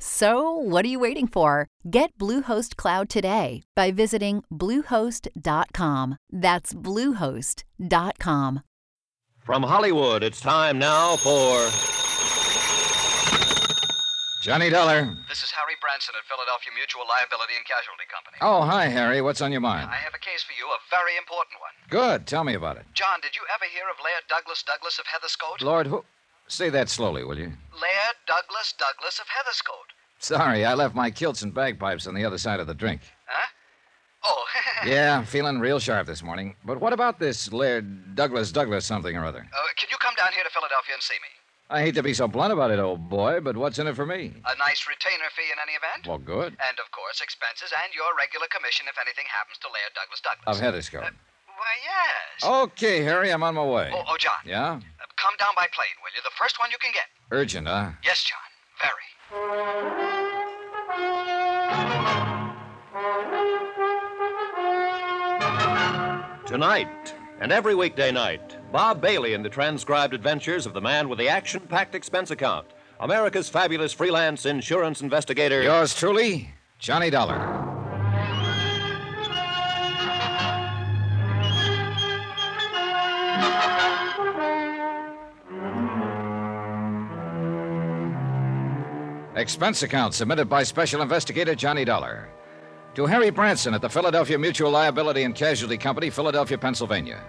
So, what are you waiting for? Get Bluehost Cloud today by visiting Bluehost.com. That's Bluehost.com. From Hollywood, it's time now for. Johnny Dollar. This is Harry Branson at Philadelphia Mutual Liability and Casualty Company. Oh, hi, Harry. What's on your mind? I have a case for you, a very important one. Good. Tell me about it. John, did you ever hear of Laird Douglas Douglas of Heatherscote? Lord, who. Say that slowly, will you? Laird Douglas Douglas of Heatherscote. Sorry, I left my kilts and bagpipes on the other side of the drink. Huh? Oh, Yeah, I'm feeling real sharp this morning. But what about this Laird Douglas Douglas something or other? uh, can you come down here to Philadelphia and see me? I hate to be so blunt about it, old boy, but what's in it for me? A nice retainer fee in any event? Well, good. and, of course, expenses and your regular commission if anything happens to Laird Douglas Douglas. Of Why, Heatherscope. Uh, yes. Okay, Harry, I'm on my way. Oh, oh, John. Yeah? Uh, come down by plane, will you? The first one you can get. Urgent, huh? Yes, John. Very. Tonight and every weekday night, Bob Bailey in the transcribed adventures of the man with the action packed expense account, America's fabulous freelance insurance investigator. Yours truly, Johnny Dollar. Expense account submitted by Special Investigator Johnny Dollar. To Harry Branson at the Philadelphia Mutual Liability and Casualty Company, Philadelphia, Pennsylvania.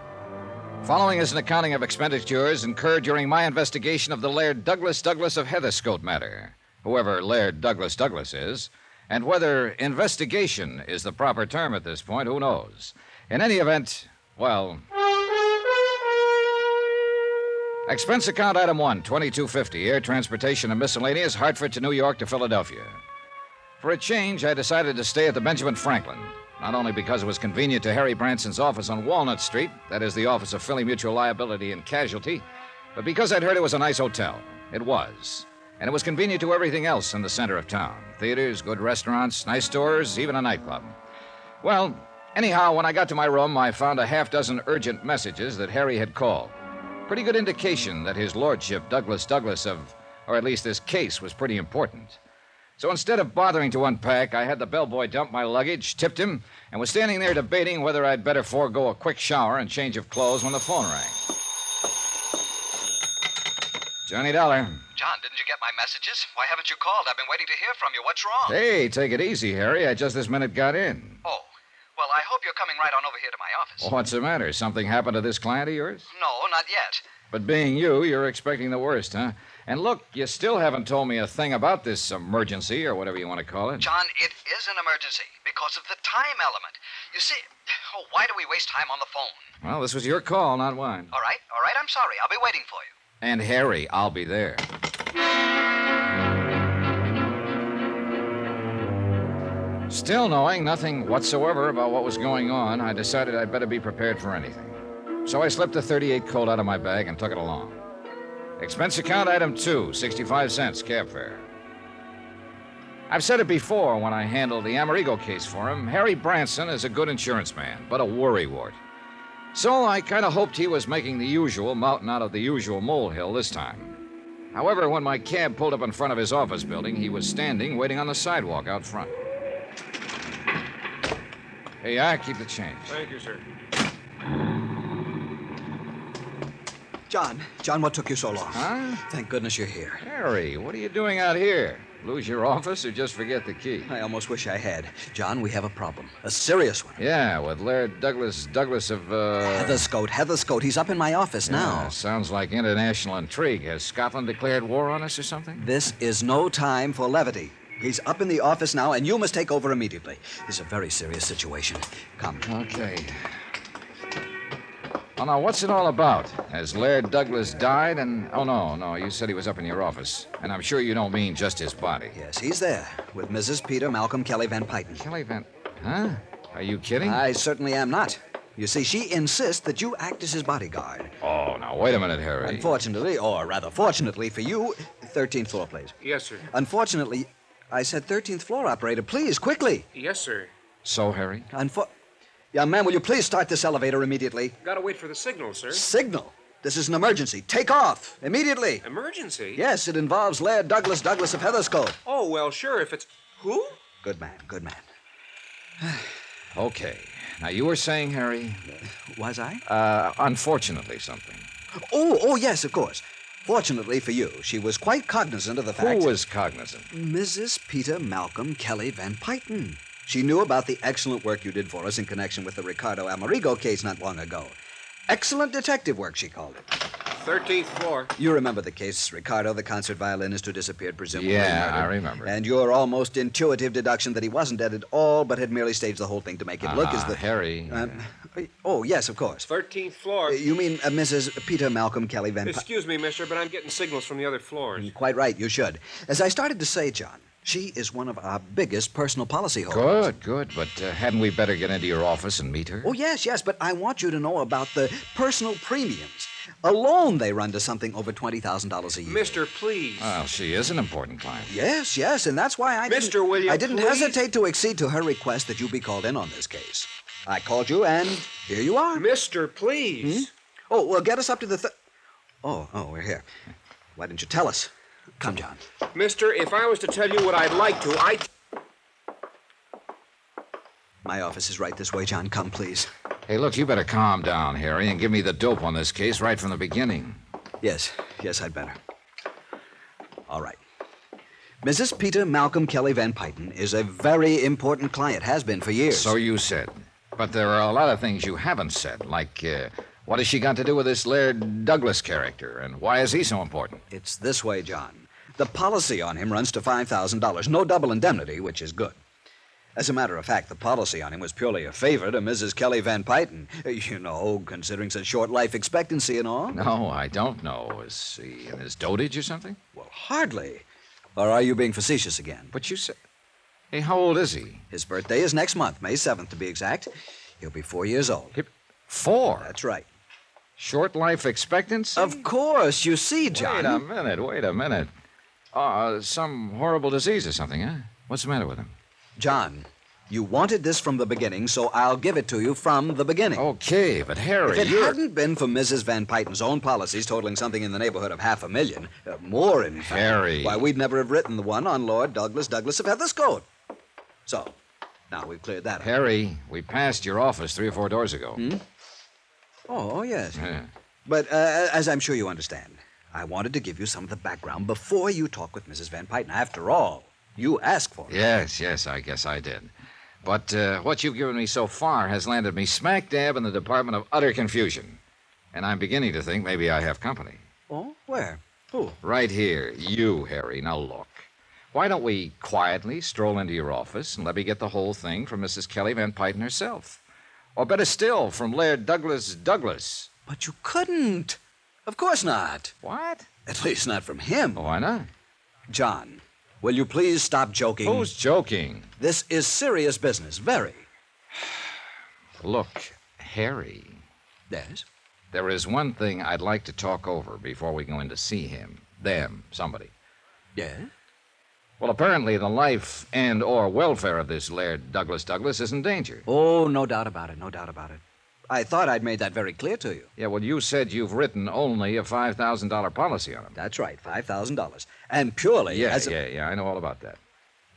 Following is an accounting of expenditures incurred during my investigation of the Laird Douglas Douglas of Heatherscote matter, whoever Laird Douglas Douglas is, and whether investigation is the proper term at this point, who knows. In any event, well. Expense account item one, 2250, air transportation and miscellaneous, Hartford to New York to Philadelphia. For a change, I decided to stay at the Benjamin Franklin. Not only because it was convenient to Harry Branson's office on Walnut Street, that is the office of Philly Mutual Liability and Casualty, but because I'd heard it was a nice hotel. It was. And it was convenient to everything else in the center of town theaters, good restaurants, nice stores, even a nightclub. Well, anyhow, when I got to my room, I found a half dozen urgent messages that Harry had called. Pretty good indication that his lordship, Douglas Douglas of, or at least this case, was pretty important. So instead of bothering to unpack, I had the bellboy dump my luggage, tipped him, and was standing there debating whether I'd better forego a quick shower and change of clothes when the phone rang. Johnny Dollar. John, didn't you get my messages? Why haven't you called? I've been waiting to hear from you. What's wrong? Hey, take it easy, Harry. I just this minute got in. Oh, well, I hope you're coming right on over here to my office. What's the matter? Something happened to this client of yours? No, not yet. But being you, you're expecting the worst, huh? And look, you still haven't told me a thing about this emergency or whatever you want to call it. John, it is an emergency because of the time element. You see, oh, why do we waste time on the phone? Well, this was your call, not mine. All right, all right, I'm sorry. I'll be waiting for you. And Harry, I'll be there. Still knowing nothing whatsoever about what was going on, I decided I'd better be prepared for anything. So I slipped a 38 Colt out of my bag and took it along. Expense account item two, 65 cents, cab fare. I've said it before when I handled the Amerigo case for him. Harry Branson is a good insurance man, but a worrywart. So I kind of hoped he was making the usual mountain out of the usual molehill this time. However, when my cab pulled up in front of his office building, he was standing waiting on the sidewalk out front. Here you are, keep the change. Thank you, sir. John, John, what took you so long? Huh? Thank goodness you're here. Harry, what are you doing out here? Lose your office or just forget the key? I almost wish I had. John, we have a problem. A serious one. Yeah, with Laird Douglas Douglas of uh Heatherscote, Heatherscote. He's up in my office Yeah, now. sounds like international intrigue. Has Scotland declared war on us or something? This is no time for levity. He's up in the office now, and you must take over immediately. It's a very serious situation. Come. Okay. Oh, now, what's it all about? Has Laird Douglas died and. Oh, no, no, you said he was up in your office. And I'm sure you don't mean just his body. Yes, he's there with Mrs. Peter Malcolm Kelly Van Pyton. Kelly Van. Huh? Are you kidding? I certainly am not. You see, she insists that you act as his bodyguard. Oh, now, wait a minute, Harry. Unfortunately, or rather fortunately for you, 13th floor, please. Yes, sir. Uh, Unfortunately, I said 13th floor, operator. Please, quickly. Yes, sir. So, Harry? Unfor- Young man, will you please start this elevator immediately? Gotta wait for the signal, sir. Signal. This is an emergency. Take off. Immediately. Emergency? Yes, it involves Laird Douglas Douglas of Heatherscote. Oh, well, sure, if it's. Who? Good man, good man. Okay. Now, you were saying, Harry, Was I? uh, unfortunately something. Oh, oh, yes, of course. Fortunately for you, she was quite cognizant of the fact. Who was cognizant? Mrs. Peter Malcolm Kelly Van Pyton. She knew about the excellent work you did for us in connection with the Ricardo Amerigo case not long ago. Excellent detective work, she called it. 13th floor. You remember the case, Ricardo, the concert violinist who disappeared, presumably. Yeah, murdered. I remember. And your almost intuitive deduction that he wasn't dead at all, but had merely staged the whole thing to make it look as Ah, the. Harry. Um, oh, yes, of course. 13th floor. You mean uh, Mrs. Peter Malcolm Kelly Van Py- Excuse me, mister, but I'm getting signals from the other floors. Quite right, you should. As I started to say, John, she is one of our biggest personal policy holders. Good, good. But uh, hadn't we better get into your office and meet her? Oh, yes, yes, but I want you to know about the personal premiums. Alone, they run to something over $20,000 a year. Mister, please. Well, she is an important client. Yes, yes, and that's why I didn't... Mr. William, I didn't please. hesitate to accede to her request that you be called in on this case. I called you, and here you are. mister, please. Oh, well, get us up to the... Th- oh, oh, we're here. Why didn't you tell us? Come, John. Mister, if I was to tell you what I'd like to, I. My office is right this way, John. Come, please. Hey, look, you better calm down, Harry, and give me the dope on this case right from the beginning. Yes, yes, I'd better. All right. Mrs. Peter Malcolm Kelly Van Pyton is a very important client, has been for years. So you said. But there are a lot of things you haven't said, like uh, what has she got to do with this Laird Douglas character, and why is he so important? it's this way, John. The policy on him runs to $5,000, no double indemnity, which is good. As a matter of fact, the policy on him was purely a favor to Mrs. Kelly Van Pyton. You know, considering such short life expectancy and all. No, I don't know. Is he in his dotage or something? Well, hardly. Or are you being facetious again? But you said. Hey, how old is he? His birthday is next month, May 7th to be exact. He'll be four years old. Hip- Four. That's right. Short life expectancy? Of course, you see, John. Wait a minute, wait a minute. Uh, some horrible disease or something, huh? What's the matter with him? John, you wanted this from the beginning, so I'll give it to you from the beginning. Okay, but Harry, if it you're... hadn't been for Mrs. Van Pyton's own policies totaling something in the neighborhood of half a million, uh, more in fact, Harry. why we'd never have written the one on Lord Douglas Douglas of Heatherscote. So, now we've cleared that up. Harry, we passed your office three or four doors ago. Hmm? Oh, yes. Yeah. But uh, as I'm sure you understand, I wanted to give you some of the background before you talk with Mrs. Van Pyton. After all, you asked for it. Yes, yes, I guess I did. But uh, what you've given me so far has landed me smack dab in the department of utter confusion. And I'm beginning to think maybe I have company. Oh, where? Who? Right here, you, Harry. Now look. Why don't we quietly stroll into your office and let me get the whole thing from Mrs. Kelly Van Pyton herself? Or better still, from Laird Douglas Douglas. But you couldn't. Of course not. What? At least not from him. Why not? John, will you please stop joking? Who's joking? This is serious business. Very. Look, Harry. Yes? There is one thing I'd like to talk over before we go in to see him. Them, somebody. Yes? Well, apparently the life and or welfare of this Laird Douglas Douglas is in danger. Oh, no doubt about it. No doubt about it. I thought I'd made that very clear to you. Yeah, well, you said you've written only a $5,000 policy on him. That's right. $5,000. And purely Yeah, as a... yeah, yeah, I know all about that.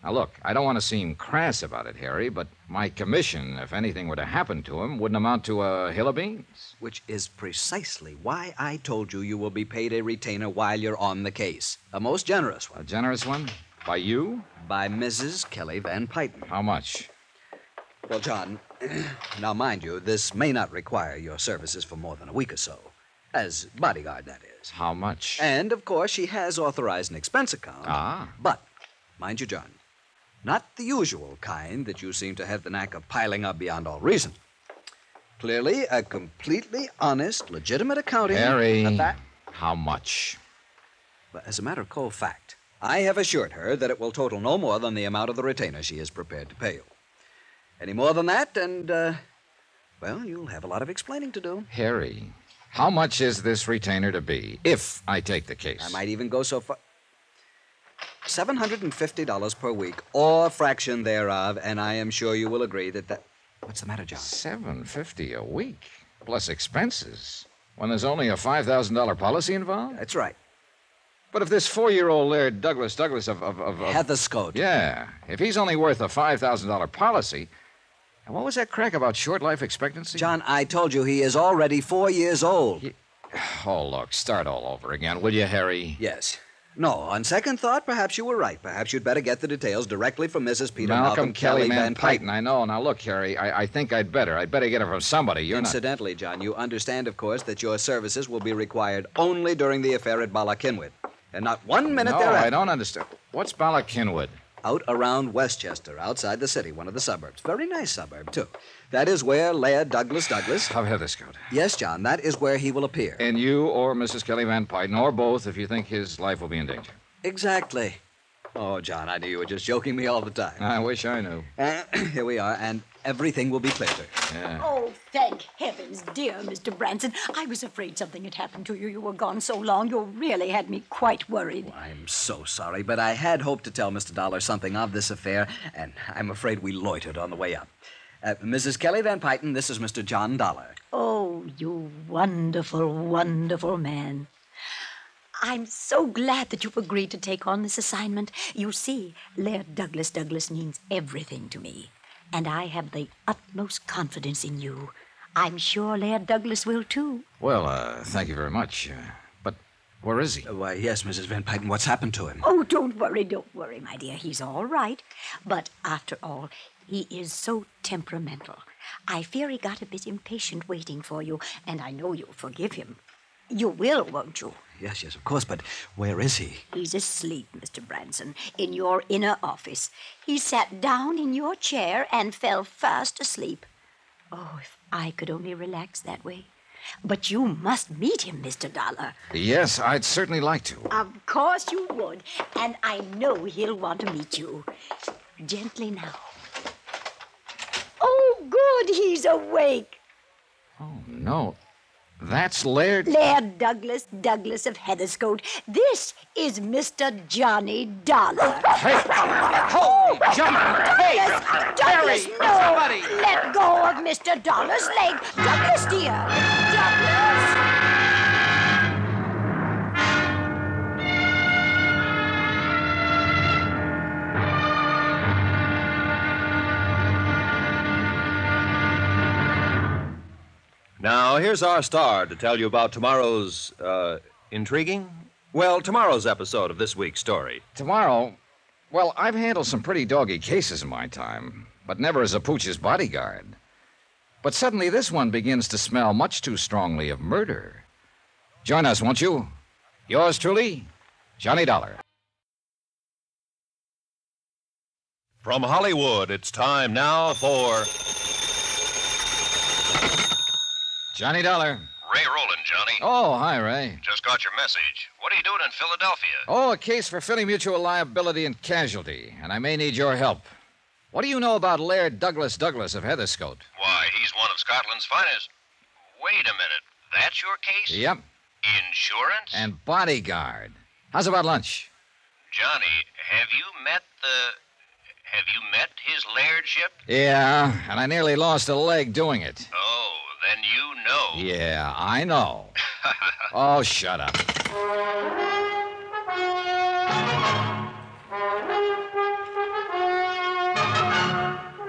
Now, look, I don't want to seem crass about it, Harry, but my commission, if anything were to happen to him, wouldn't amount to a hill of beans. Which is precisely why I told you you will be paid a retainer while you're on the case. A most generous A one. generous one? By you? by Mrs. Kelly Van Pyton. How much? Well, John, now mind you, this may not require your services for more than a week or so. As bodyguard, that is. How much? And, of course, she has authorized an expense account. Ah. But, mind you, John, not the usual kind that you seem to have the knack of piling up beyond all reason. Clearly, a completely honest, legitimate accounting. Harry. of that- How much? But as a matter of cold fact, I have assured her that it will total no more than the amount of the retainer she is prepared to pay you. Any more than that, and, uh, well, you'll have a lot of explaining to do. Harry. How much is this retainer to be, if I take the case? I might even go so far. $750 per week, or fraction thereof, and I am sure you will agree that that. What's the matter, John? Seven fifty a week, plus expenses. When there's only a five thousand dollar policy involved? That's right. But if this four year old there, Douglas Douglas of of, of, of Heather Scott. Yeah. If he's only worth a five thousand dollar policy, and what was that crack about short life expectancy? John, I told you he is already four years old. Oh, look, start all over again, will you, Harry? Yes. No, on second thought, perhaps you were right. Perhaps you'd better get the details directly from Mrs. Peter Malcolm, Kelly, Van Pyton. Pyton. I know. Now look, Harry, I, I think I'd better. I'd better get it from somebody. You're not. Incidentally, John, you understand, of course, that your services will be required only during the affair at Bala Kinwit. And not one minute No, thereafter. I don't understand. What's Bala Kinwood? Out around Westchester, outside the city, one of the suburbs. Very nice suburb, too. That is where Leah Douglas Douglas. Of Heatherscote. Yes, John, that is where he will appear. And you or Mrs. Kelly Van Pyton, or both, if you think his life will be in danger. Exactly. Oh, John, I knew you were just joking me all the time. I wish I knew. Uh, here we are, and everything will be clear to you. Yeah. Oh, thank heavens, dear Mr. Branson. I was afraid something had happened to you. You were gone so long, you really had me quite worried. I'm so sorry, but I had hoped to tell Mr. Dollar something of this affair, and I'm afraid we loitered on the way up. Uh, Mrs. Kelly Van Pyton, this is Mr. John Dollar. Oh, you wonderful, wonderful man. I'm so glad that you've agreed to take on this assignment. You see, Laird Douglas Douglas means everything to me, and I have the utmost confidence in you. I'm sure Laird Douglas will too. Well, uh, thank you very much. Uh, but where is he? Uh, Why, yes, Mrs. Van Pyton, what's happened to him? Oh, don't worry, don't worry, my dear. He's all right. But after all, he is so temperamental. I fear he got a bit impatient waiting for you, and I know you'll forgive him. You will, won't you? Yes, yes, of course, but where is he? He's asleep, Mr. Branson, in your inner office. He sat down in your chair and fell fast asleep. Oh, if I could only relax that way. But you must meet him, Mr. Dollar. Yes, I'd certainly like to. Of course you would. And I know he'll want to meet you. Gently now. Oh, good, he's awake. Oh, no. That's Laird. Laird Douglas, Douglas of Heatherscote. This is Mr. Johnny Dollar. Hey! Holy jumper! Hey! Douglas, Douglas, no! Let go of Mr. Dollar's leg. Douglas, dear. Douglas! Now, here's our star to tell you about tomorrow's, uh, intriguing? Well, tomorrow's episode of this week's story. Tomorrow, well, I've handled some pretty doggy cases in my time, but never as a pooch's bodyguard. But suddenly this one begins to smell much too strongly of murder. Join us, won't you? Yours truly, Johnny Dollar. From Hollywood, it's time now for. Johnny Dollar. Ray Roland, Johnny. Oh, hi, Ray. Just got your message. What are you doing in Philadelphia? Oh, a case for Philly Mutual Liability and Casualty, and I may need your help. What do you know about Laird Douglas Douglas of Heatherscote? Why, he's one of Scotland's finest. Wait a minute. That's your case? Yep, Insurance? and bodyguard. How's about lunch? Johnny, have you met the. Have you met his lairdship? Yeah, and I nearly lost a leg doing it. Oh, then you know. Yeah, I know. oh, shut up. Oh,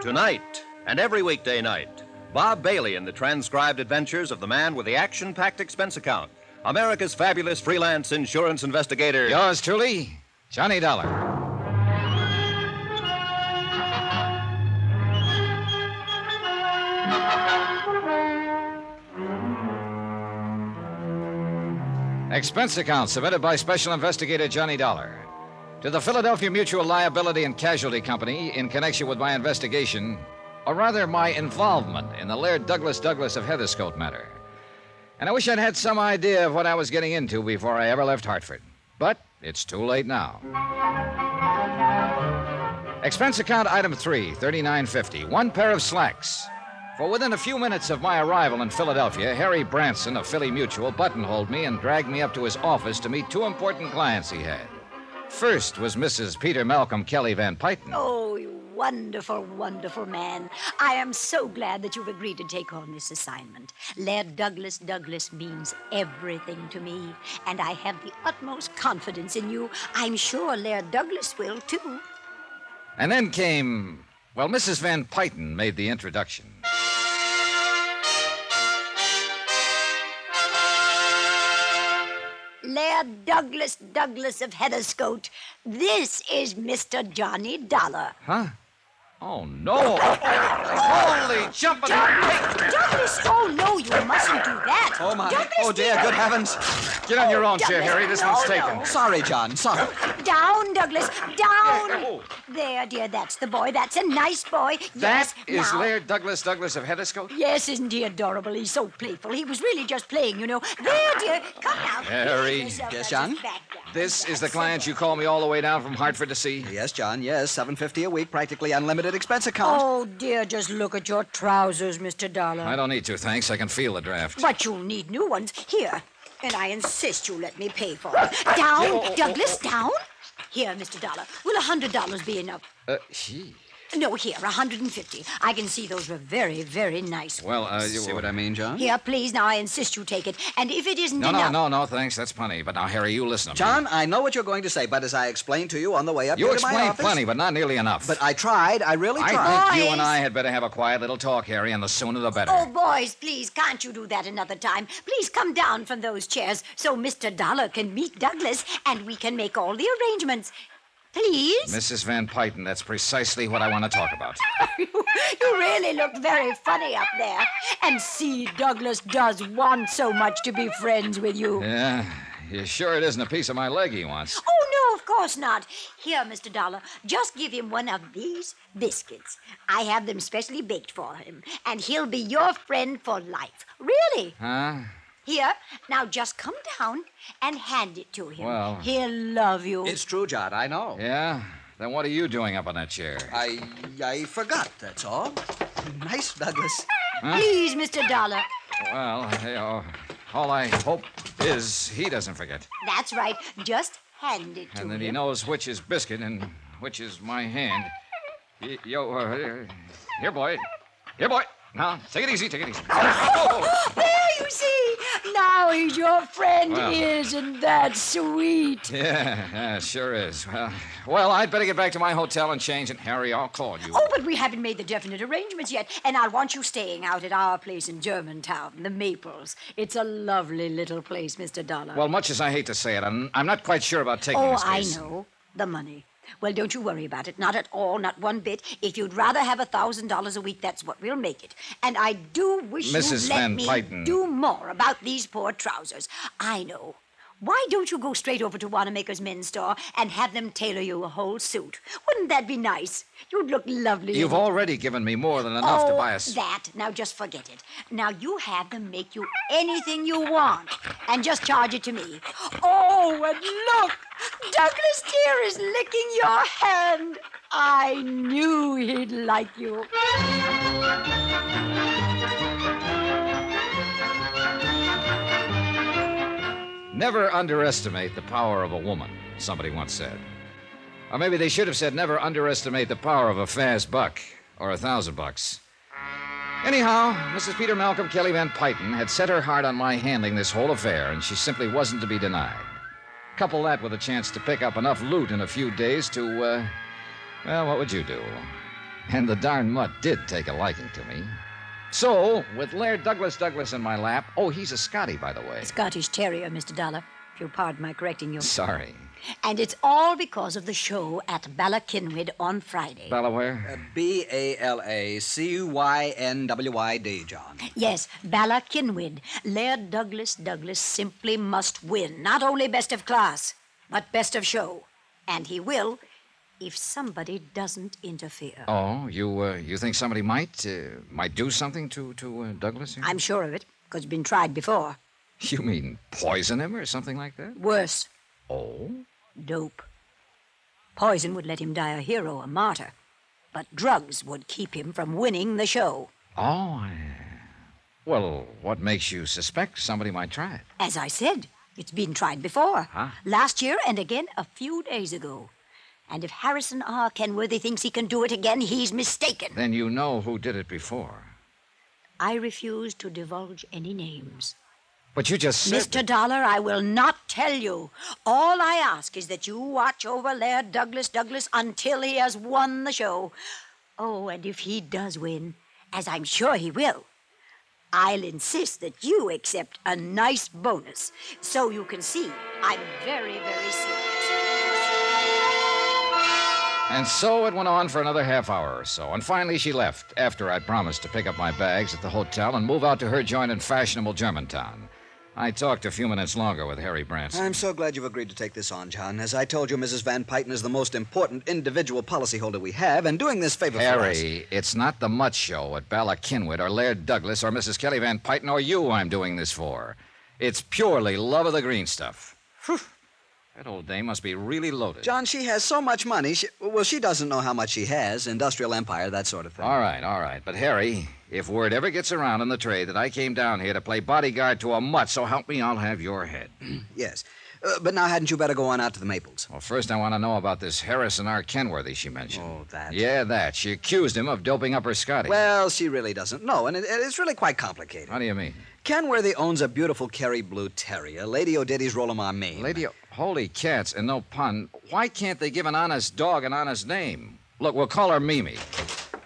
Tonight, and every weekday night, Bob Bailey in the transcribed adventures of the man with the action packed expense account, America's fabulous freelance insurance investigator. Yours truly, Johnny Dollar. Expense account submitted by Special Investigator Johnny Dollar. To the Philadelphia Mutual Liability and Casualty Company, in connection with my investigation, or rather my involvement in the Laird Douglas Douglas of Heatherscote matter. And I wish I'd had some idea of what I was getting into before I ever left Hartford. But it's too late now. Expense account item three, thirty-nine fifty. One pair of slacks. For within a few minutes of my arrival in Philadelphia, Harry Branson of Philly Mutual buttonholed me and dragged me up to his office to meet two important clients he had. First was Mrs. Peter Malcolm Kelly Van Pyton. Oh, you wonderful, wonderful man. I am so glad that you've agreed to take on this assignment. Laird Douglas Douglas means everything to me, and I have the utmost confidence in you. I'm sure Laird Douglas will, too. And then came, well, Mrs. Van Pyton made the introduction. Laird Douglas Douglas of Heatherscote, this is Mr. Johnny Dollar. Huh? Oh, no! Holy jumping! Douglas, oh no, you mustn't do that. Oh, my. Douglas, Oh, dear. Good heavens. Get on your own chair, Douglas, Harry. This no, one's Oh, no. taken. Sorry, John. Sorry. Down, Douglas, Oh. down. There, dear, that's the boy. That's a nice boy. That Yes, is now. Laird Douglas Douglas of Heatherscote? Yes, isn't he adorable? He's so playful. He was really just playing, you know. There, dear, come now. Harry. Yes, John? This is the client you called me all the way down from Hartford to see? Yes, John. Yes, seven fifty a week, practically unlimited expense account. Oh dear, just look at your trousers, Mr. Dollar. I don't need to, thanks. I can feel the draft. But you'll need new ones. Here. And I insist you let me pay for them. Oh, Down, Douglas, down. Here, Mr. Dollar. Will a hundred dollars be enough? Uh, gee. No, here, a hundred and fifty. I can see those were very, very nice. Well, uh, you See what I mean, John? Here, please. Now I insist you take it. And if it isn't No, no, enough, no, no, thanks. That's plenty. But now, Harry, you listen to me. John, I know what you're going to say, but as I explained to you on the way up you here to my explained office, plenty, but not nearly enough. but I tried. I really I tried. think you and Boys. I had better have a quiet little talk, Harry, and the sooner the better. Oh, boys, please, can't you do that another time? Please come down from those chairs so Mr. Dollar can meet Douglas and we can make all the arrangements. Please? Mrs. Van Pyton, that's precisely what I want to talk about. You really look very funny up there. And see, Douglas does want so much to be friends with you. Yeah, you sure it isn't a piece of my leg he wants? Oh, no, of course not. Here, Mr. Dollar, just give him one of these biscuits. I have them specially baked for him, and he'll be your friend for life. Really? Huh? Here, now just come down and hand it to him. Well- He'll love you. It's true, John. I know. Yeah? Then what are you doing up on that chair? I I forgot. That's all. Oh, Nice, Douglas. Please, Mr. Dollar. Well, hey, oh, all I hope is he doesn't forget. That's right. Just hand it to And that him. he knows which is biscuit and which is my hand. Y- Yo, uh, here, boy. Here, boy. Now, take it easy, take it easy. There you see. Now he's your friend, Well. isn't that sweet? Yeah, yeah, it sure is. Well, well, I'd better get back to my hotel and change, and Harry, I'll call you. Oh, but we haven't made the definite arrangements yet, and I'll want you staying out at our place in Germantown, the Maples. It's a lovely little place, Mr. Dollar. Well, much as I hate to say it, I'm, I'm not quite sure about taking oh, this I case. know. The money. Well, don't you worry about it. Not at all, not one bit. If you'd rather have a thousand dollars a week, that's what we'll make it. And I do wish Mrs. you'd let Van me Pyton. do more about these poor trousers. I know. Why don't you go straight over to Wanamaker's men's store and have them tailor you a whole suit? Wouldn't that be nice? You'd look lovely. You've in it. already given me more than enough to Oh, buy us. that. Now just forget it. Now you have them make you anything you want, and just charge it to me. Oh, and look, Douglas dear is licking your hand. I knew he'd like you. Never underestimate the power of a woman, somebody once said. Or maybe they should have said never underestimate the power of a fast buck or a thousand bucks. Anyhow, Mrs. Peter Malcolm Kelly Van Pyton had set her heart on my handling this whole affair, and she simply wasn't to be denied. Couple that with a chance to pick up enough loot in a few days to, uh, well, what would you do? And the darn mutt did take a liking to me. So, with Laird Douglas Douglas in my lap, oh, he's a Scotty, by the way. Scottish Terrier, Mr. Dollar. If you'll pardon my correcting you. Sorry. And it's all because of the show at Ballakinwid on Friday. Delaware? Uh, B A L A C Y N W Y D, John. Yes, Bala Kinwid. Laird Douglas Douglas simply must win. Not only best of class, but best of show. And he will if somebody doesn't interfere. Oh, you uh, you think somebody might uh, might do something to to uh, Douglas? Here? I'm sure of it, because it's been tried before. You mean poison him or something like that? Worse, Oh, dope. Poison would let him die a hero, a martyr. But drugs would keep him from winning the show. oh. I... Well, what makes you suspect somebody might try it? As I said, it's been tried before. Huh? Last year and again a few days ago. And if Harrison R. Kenworthy thinks he can do it again, he's mistaken. Then you know who did it before. I refuse to divulge any names. But you just said Mr. Dollar, I will not tell you. All I ask is that you watch over Laird Douglas Douglas until he has won the show. Oh, and if he does win, as I'm sure he will, I'll insist that you accept a nice bonus so you can see I'm very, very serious. And so it went on for another half hour or so, and finally she left after I'd promised to pick up my bags at the hotel and move out to her joint in fashionable Germantown. I talked a few minutes longer with Harry Branson. I'm so glad you've agreed to take this on, John. As I told you, Mrs. Van Pyton is the most important individual policyholder we have, and doing this favor for us. Harry, it's not the Mutt Show at Bala Kinwood or Laird Douglas or Mrs. Kelly Van Pyton or you I'm doing this for. It's purely love of the green stuff. Whew. That old dame must be really loaded. John, she has so much money. She, well, she doesn't know how much she has. Industrial empire, that sort of thing. All right, all right. But, Harry, if word ever gets around in the trade that I came down here to play bodyguard to a mutt, so help me, I'll have your head. Yes. Uh, but now, hadn't you better go on out to the Maples? Well, first I want to know about this Harrison R. Kenworthy she mentioned. Oh, that. Yeah, that. She accused him of doping up her Scotty. Well, she really doesn't know, and it, it's really quite complicated. How do you mean? Kenworthy owns a beautiful Kerry Blue Terrier, Lady O'Diddy's Rollama Maine. Lady, holy cats, and no pun. Why can't they give an honest dog an honest name? Look, we'll call her Mimi.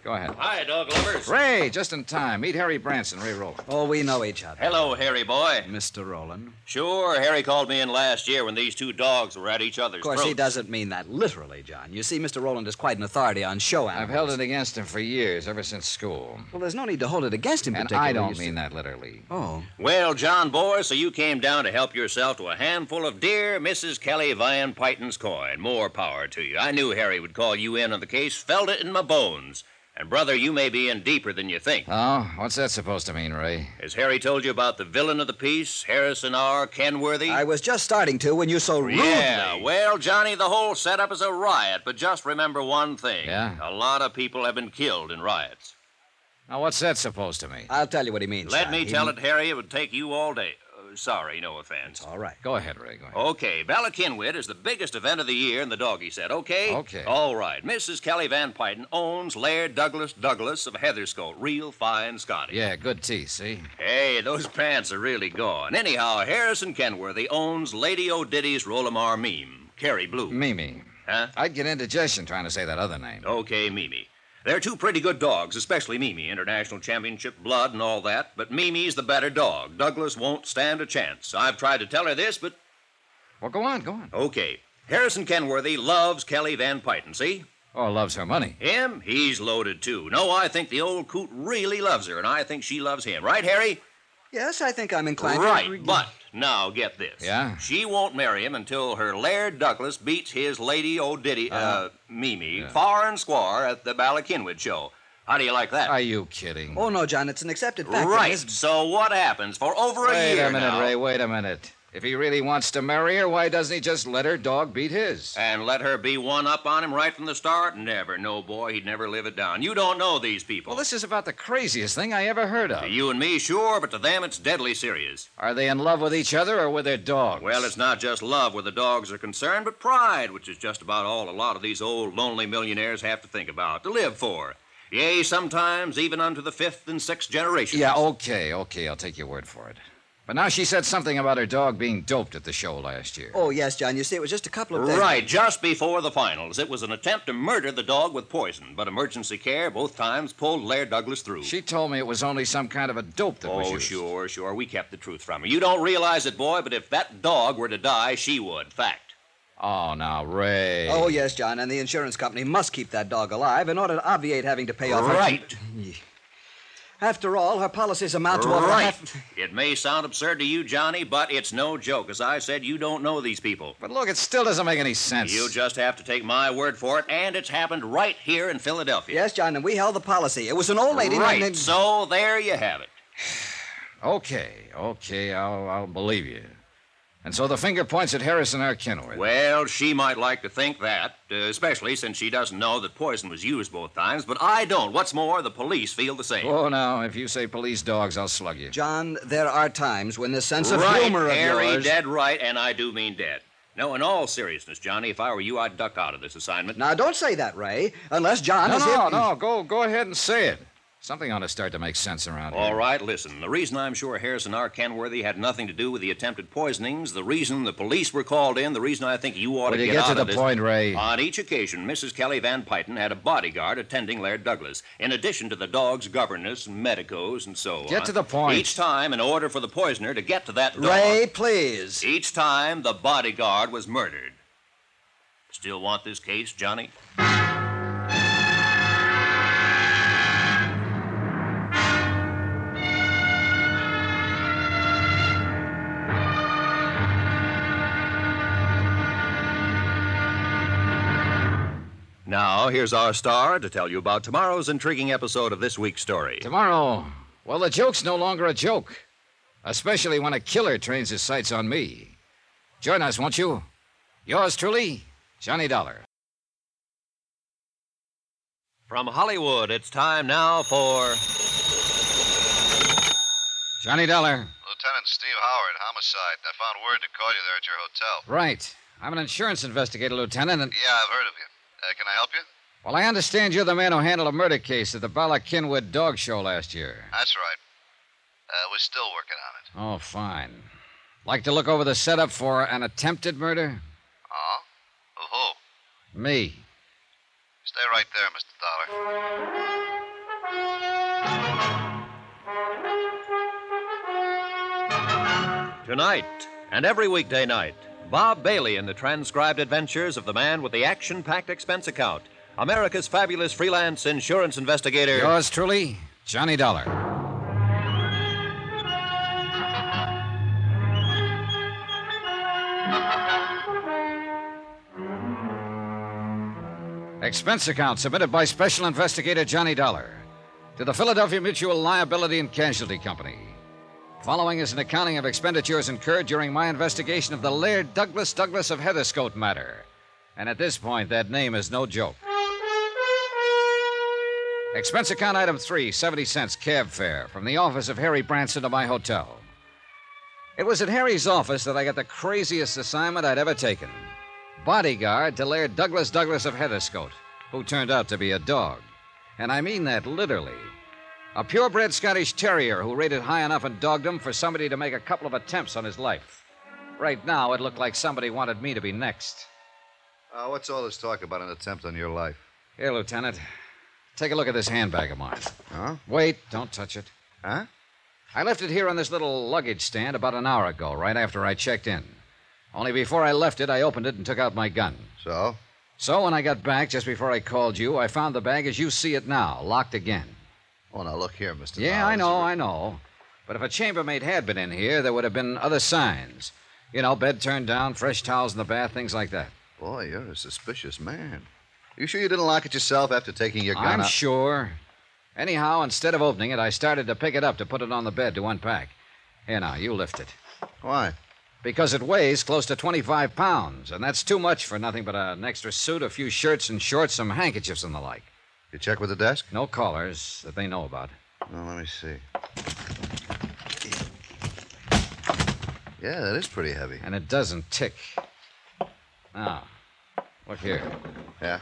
Go ahead. Hi, dog lovers. Ray, just in time. Meet Harry Branson, Ray Rowland. Oh, we know each other. Hello, Harry boy. Mr. Roland. Sure, Harry called me in last year when these two dogs were at each other's Of course, he throats. doesn't mean that literally, John. You see, Mr. Roland is quite an authority on show animals. I've held it against him for years, ever since school. Well, there's no need to hold it against him And particularly. I don't You mean see- that literally. Oh. Well, John boy, so you came down to help yourself to a handful of dear Mrs. Kelly Van Pyton's coin. More power to you. I knew Harry would call you in on the case. Felt it in my bones. And brother, you may be in deeper than you think. Oh, what's that supposed to mean, Ray? Has Harry told you about the villain of the piece, Harrison R. Kenworthy? I was just starting to when you so rudely. Yeah, well, Johnny, the whole setup is a riot, but just remember one thing. Yeah? A lot of people have been killed in riots. Now, what's that supposed to mean? I'll tell you what he means. Let John. me He tell mean- it, Harry, it would take you all day. Uh, sorry, no offense. All right. Go ahead, Ray. Go ahead. Okay, Bella Kinwid is the biggest event of the year in the doggy set, okay? Okay. All right, Mrs. Kelly Van Pyton owns Laird Douglas Douglas of Heatherscote, real fine Scotty. Yeah, good tea, see? Hey, those pants are really gone. Anyhow, Harrison Kenworthy owns Lady O'Diddy's Rolamar meme, Carrie Blue. Mimi. Huh? I'd get indigestion trying to say that other name. Okay, Mimi. They're two pretty good dogs, especially Mimi. International championship blood and all that. But Mimi's the better dog. Douglas won't stand a chance. I've tried to tell her this, but Well, go on, go on. okay. Harrison Kenworthy loves Kelly Van Pyton, see? Oh, loves her money. Him? He's loaded, too. No, I think the old coot really loves her, and I think she loves him. Right, Harry? Yes, I think I'm inclined. to agree. Right, but now get this. Yeah? She won't marry him until her Laird Douglas beats his Lady O'Diddy, uh, Uh-huh. Mimi, far and square at the Ballakinwood show. How do you like that? Are you kidding? Oh no, John, it's an accepted fact. that Right. Miss- So what happens for over a wait year a minute, now, Ray. Wait a minute. If he really wants to marry her, why doesn't he just let her dog beat his? and let her be one up on him right from the start? Never. No, boy, he'd never live it down. You don't know these people. Well, this is about the craziest thing I ever heard of. to you and me, sure, but to them it's deadly serious. Are they in love with each other or with their dogs? Well, it's not just love where the dogs are concerned, but pride, which is just about all a lot of these old lonely millionaires have to think about, to live for. Yea, sometimes even unto the fifth and sixth generation. Yeah, okay, okay. I'll take your word for it. But now she said something about her dog being doped at the show last year. Oh yes, John. You see, it was just a couple of days. Right, just before the finals. It was an attempt to murder the dog with poison, but emergency care both times pulled Laird Douglas through. She told me it was only some kind of a dope that was Oh, used. sure, sure. We kept the truth from her. You don't realize it, boy, but if that dog were to die, she would. Fact. Oh, now, Ray. Oh, yes, John, and the insurance company must keep that dog alive in order to obviate having to pay off her. Right. After all, her policies amount to over Right. half- It may sound absurd to you, Johnny, but it's no joke. As I said, you don't know these people. But look, it still doesn't make any sense. You just have to take my word for it, and it's happened right here in Philadelphia. Yes, John, and we held the policy. It was an old lady. Right. named- So there you have it. Okay, okay, I'll, I'll believe you. And so the finger points at Harrison R. Kenworth. Well, she might like to think that, uh, especially since she doesn't know that poison was used both times, but I don't. What's more, the police feel the same. Oh, now, if you say police dogs, I'll slug you. John, there are times when this sense of right, humor of Harry, yours. dead right, and I do mean dead. No, in all seriousness, Johnny, if I were you, I'd duck out of this assignment. Now, don't say that, Ray, unless John No, is no, no, go, go ahead and say it. Something ought to start to make sense around here. All right, listen. The reason I'm sure Harrison R. Kenworthy had nothing to do with the attempted poisonings, the reason the police were called in, the reason I think you ought Will to you get, get out to of the this- point, Ray? On each occasion, Mrs. Kelly Van Pyton had a bodyguard attending Laird Douglas, in addition to the dog's governess, and medicos, and so on. Get to the point. Each time, in order for the poisoner to get to that dog, Ray, please. each time the bodyguard was murdered. Still want this case, Johnny? Now, here's our star to tell you about tomorrow's intriguing episode of this week's story. Tomorrow, well, the joke's no longer a joke, especially when a killer trains his sights on me. Join us, won't you? Yours truly, Johnny Dollar. From Hollywood, it's time now for. Johnny Dollar. Lieutenant Steve Howard, homicide. I found word to call you there at your hotel. Right. I'm an insurance investigator, Lieutenant, and. Yeah, I've heard of you. Uh, can I help you? Well, I understand you're the man who handled a murder case at the Bala Kinwood Dog Show last year. That's right. Uh, we're still working on it. Oh, fine. Like to look over the setup for an attempted murder? Oh? Of who? Me. Stay right there, Mr. Dollar. Tonight, and every weekday night, Bob Bailey in the transcribed adventures of the man with the action packed expense account, America's fabulous freelance insurance investigator. Yours truly, Johnny Dollar. Expense account submitted by Special Investigator Johnny Dollar to the Philadelphia Mutual Liability and Casualty Company. Following is an accounting of expenditures incurred during my investigation of the Laird Douglas Douglas of Heatherscote matter. And at this point, that name is no joke. Expense account item three, 70 cents cab fare from the office of Harry Branson to my hotel. It was at Harry's office that I got the craziest assignment I'd ever taken bodyguard to Laird Douglas Douglas of Heatherscote, who turned out to be a dog. And I mean that literally. A purebred Scottish terrier who rated high enough in dogdom for somebody to make a couple of attempts on his life. Right now, it looked like somebody wanted me to be next. Uh, what's all this talk about an attempt on your life? Here, Lieutenant. Take a look at this handbag of mine. Huh? Wait, don't touch it. Huh? I left it here on this little luggage stand about an hour ago, right after I checked in. Only before I left it, I opened it and took out my gun. So? So when I got back, just before I called you, I found the bag as you see it now, locked again. Oh, now look here, Mr. Yeah, Dollar. I know, I know. But if a chambermaid had been in here, there would have been other signs. You know, bed turned down, fresh towels in the bath, things like that. Boy, you're a suspicious man. You sure you didn't lock it yourself after taking your gun I'm out? sure. Anyhow, instead of opening it, I started to pick it up to put it on the bed to unpack. Here now, you lift it. Why? Because it weighs close to 25 pounds, and that's too much for nothing but an extra suit, a few shirts and shorts, some handkerchiefs and the like. You check with the desk? No callers that they know about. Well, let me see. Yeah, that is pretty heavy. And it doesn't tick. Now, look here. Yeah.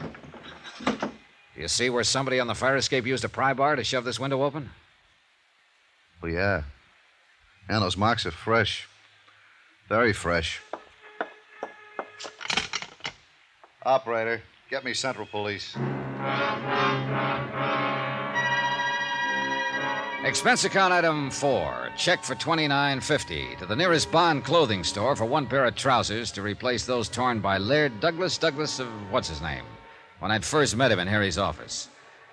Do you see where somebody on the fire escape used a pry bar to shove this window open? Well, Oh, yeah. And those marks are fresh. Very fresh. Operator, get me Central Police. Expense account item four. Check for twenty nine fifty to the nearest Bond clothing store for one pair of trousers to replace those torn by Laird Douglas Douglas of what's his name when I'd first met him in Harry's office.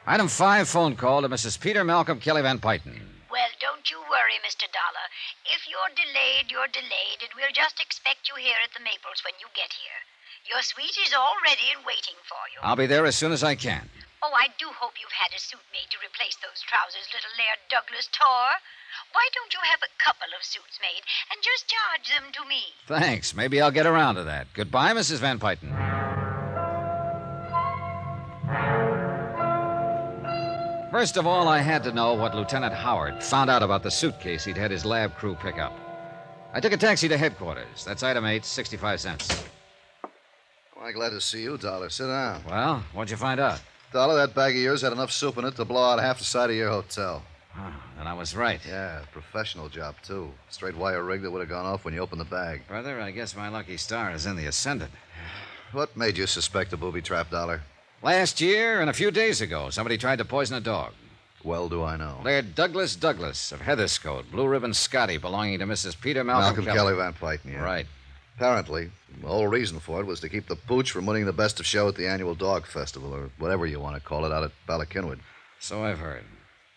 Item five. Phone call to Mrs. Peter Malcolm Kelly Van Pyton. Well, don't you worry, Mr. Dollar. If you're delayed, you're delayed, and we'll just expect you here at the Maples when you get here. Your suite is all ready and waiting for you. I'll be there as soon as I can. Oh, I do hope you've had a suit made to replace those trousers little Laird Douglas tore. Why don't you have a couple of suits made and just charge them to me? Thanks. Maybe I'll get around to that. Goodbye, Mrs. Van Pyton. First of all, I had to know what Lieutenant Howard found out about the suitcase he'd had his lab crew pick up. I took a taxi to headquarters. That's item eight, 65 cents. Why, glad to see you, Dollar. Sit down. Well, what'd you find out? Dollar, that bag of yours had enough soup in it to blow out half the side of your hotel. And Ah, I was right. Yeah, professional job, too. Straight wire rig that would have gone off when you opened the bag. Brother, I guess my lucky star is in the ascendant. What made you suspect a booby trap, Dollar? Last year and a few days ago, somebody tried to poison a dog. Well, do I know. Laird Douglas Douglas of Heatherscote, Blue Ribbon Scotty, belonging to Mrs. Peter Malcolm, Malcolm Kelly Van Pyton, yeah. Right. Apparently, the whole reason for it was to keep the pooch from winning the best of show at the annual dog festival, or whatever you want to call it, out at Ballykinwood. So I've heard.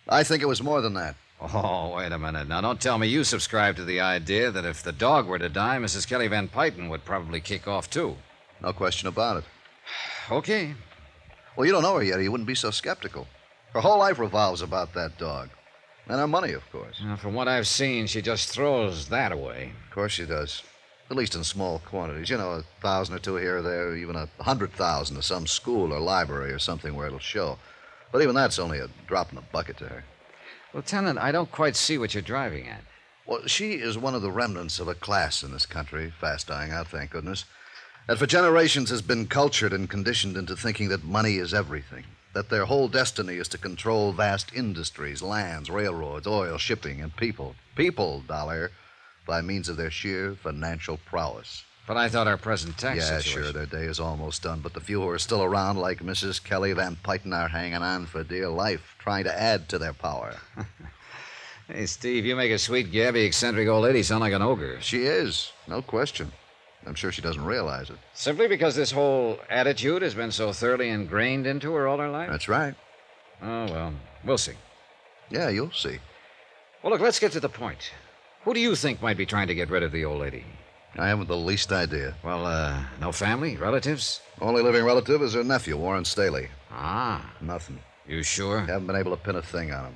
I think it was more than that. Oh, wait a minute. Now, don't tell me you subscribe to the idea that if the dog were to die, Mrs. Kelly Van Pyton would probably kick off, too. No question about it. Okay. Well, you don't know her yet, or you wouldn't be so skeptical. Her whole life revolves about that dog. And her money, of course. Now, from what I've seen, she just throws that away. Of course she does. At least in small quantities. You know, a thousand or two here or there, even a hundred thousand to some school or library or something where it'll show. But even that's only a drop in the bucket to her. Lieutenant, I don't quite see what you're driving at. Well, she is one of the remnants of a class in this country, fast dying out, thank goodness, that for generations has been cultured and conditioned into thinking that money is everything, that their whole destiny is to control vast industries, lands, railroads, oil, shipping, and people. People, Dollar, by means of their sheer financial prowess. But I thought our present tax yeah, situation... sure, their day is almost done, but the few who are still around, like Mrs. Kelly Van Pyton, are hanging on for dear life, trying to add to their power. Hey, Steve, you make a sweet, gabby, eccentric old lady sound like an ogre. She is, no question. I'm sure she doesn't realize it. Simply because this whole attitude has been so thoroughly ingrained into her all her life? That's right. Oh, well, we'll see. Yeah, you'll see. Well, look, let's get to the point. Who do you think might be trying to get rid of the old lady? I haven't the least idea. Well, uh, no family? Relatives? Only living relative is her nephew, Warren Staley. Ah, Nothing. you sure? Haven't been able to pin a thing on him.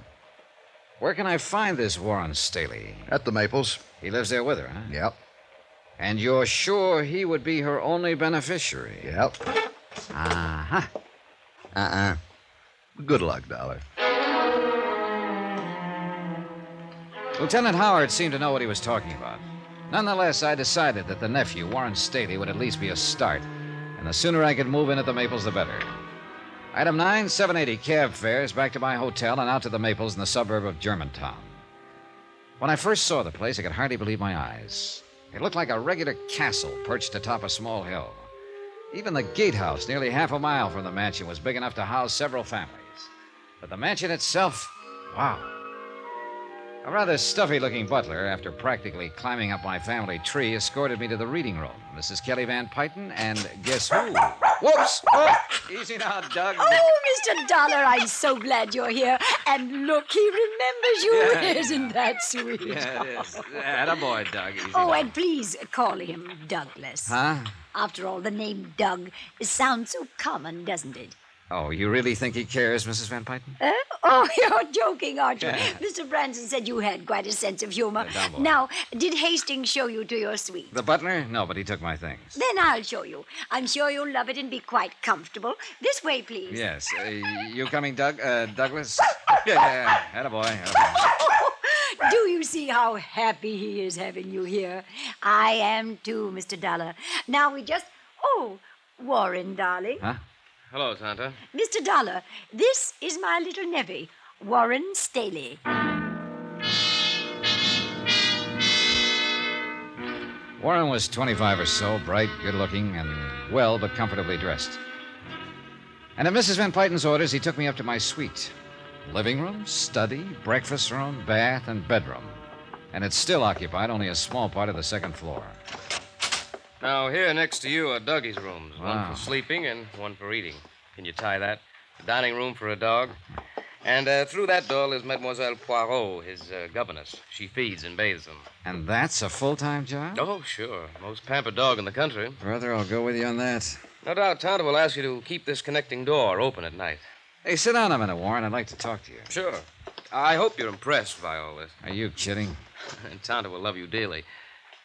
Where can I find this Warren Staley? At the Maples. He lives there with her, huh? Yep. And you're sure he would be her only beneficiary? Yep. Uh-huh. Uh-uh. Good luck, Dollar. Lieutenant Howard seemed to know what he was talking about. Nonetheless, I decided that the nephew, Warren Staley, would at least be a start, and the sooner I could move in at the Maples, the better. Item 9, 780 cab fares back to my hotel and out to the Maples in the suburb of Germantown. When I first saw the place, I could hardly believe my eyes. It looked like a regular castle perched atop a small hill. Even the gatehouse, nearly half a mile from the mansion, was big enough to house several families. But the mansion itself, wow. A rather stuffy looking butler, after practically climbing up my family tree, escorted me to the reading room. Mrs. Kelly Van Pyton and guess who? Whoops! Oh, easy now, Doug. Oh, Mr. Dollar, I'm so glad you're here. And look, he remembers you. Yeah. Isn't that sweet? Yeah, it is. Attaboy, Doug. Easy Oh, now. and please call him Douglas. Huh? After all, the name Doug sounds so common, doesn't it? Oh, you really think he cares, Mrs. Van Pyton? Eh? Oh, you're joking, aren't you? Mr. Branson said you had quite a sense of humor. Yeah, down boy. now, did Hastings show you to your suite? The butler? No, but he took my things. Then I'll show you. I'm sure you'll love it and be quite comfortable. This way, please. Yes. Uh, you coming, Doug? Uh, Douglas? Yeah, yeah. Attaboy. attaboy. Do you see how happy he is having you here? I am too, Mr. Dollar. Now we just. Oh, Warren, darling. Huh? Hello, Santa. Mr. Dollar, this is my little nevy, Warren Staley. Warren was 25 or so, bright, good looking, and well but comfortably dressed. And at Mrs. Van Pyton's orders, he took me up to my suite. Living room, study, breakfast room, bath, and bedroom. And it still occupied only a small part of the second floor. Now, here next to you are Dougie's rooms Wow. one for sleeping and one for eating. Can you tie that? The dining room for a dog. And uh, through that door is Mademoiselle Poirot, his uh, governess. She feeds and bathes him. And that's a full time job? Oh, sure. Most pampered dog in the country. Brother, I'll go with you on that. No doubt Tonto will ask you to keep this connecting door open at night. Hey, sit down a minute, Warren. I'd like to talk to you. Sure. I hope you're impressed by all this. Are you kidding? And Tonto will love you dearly.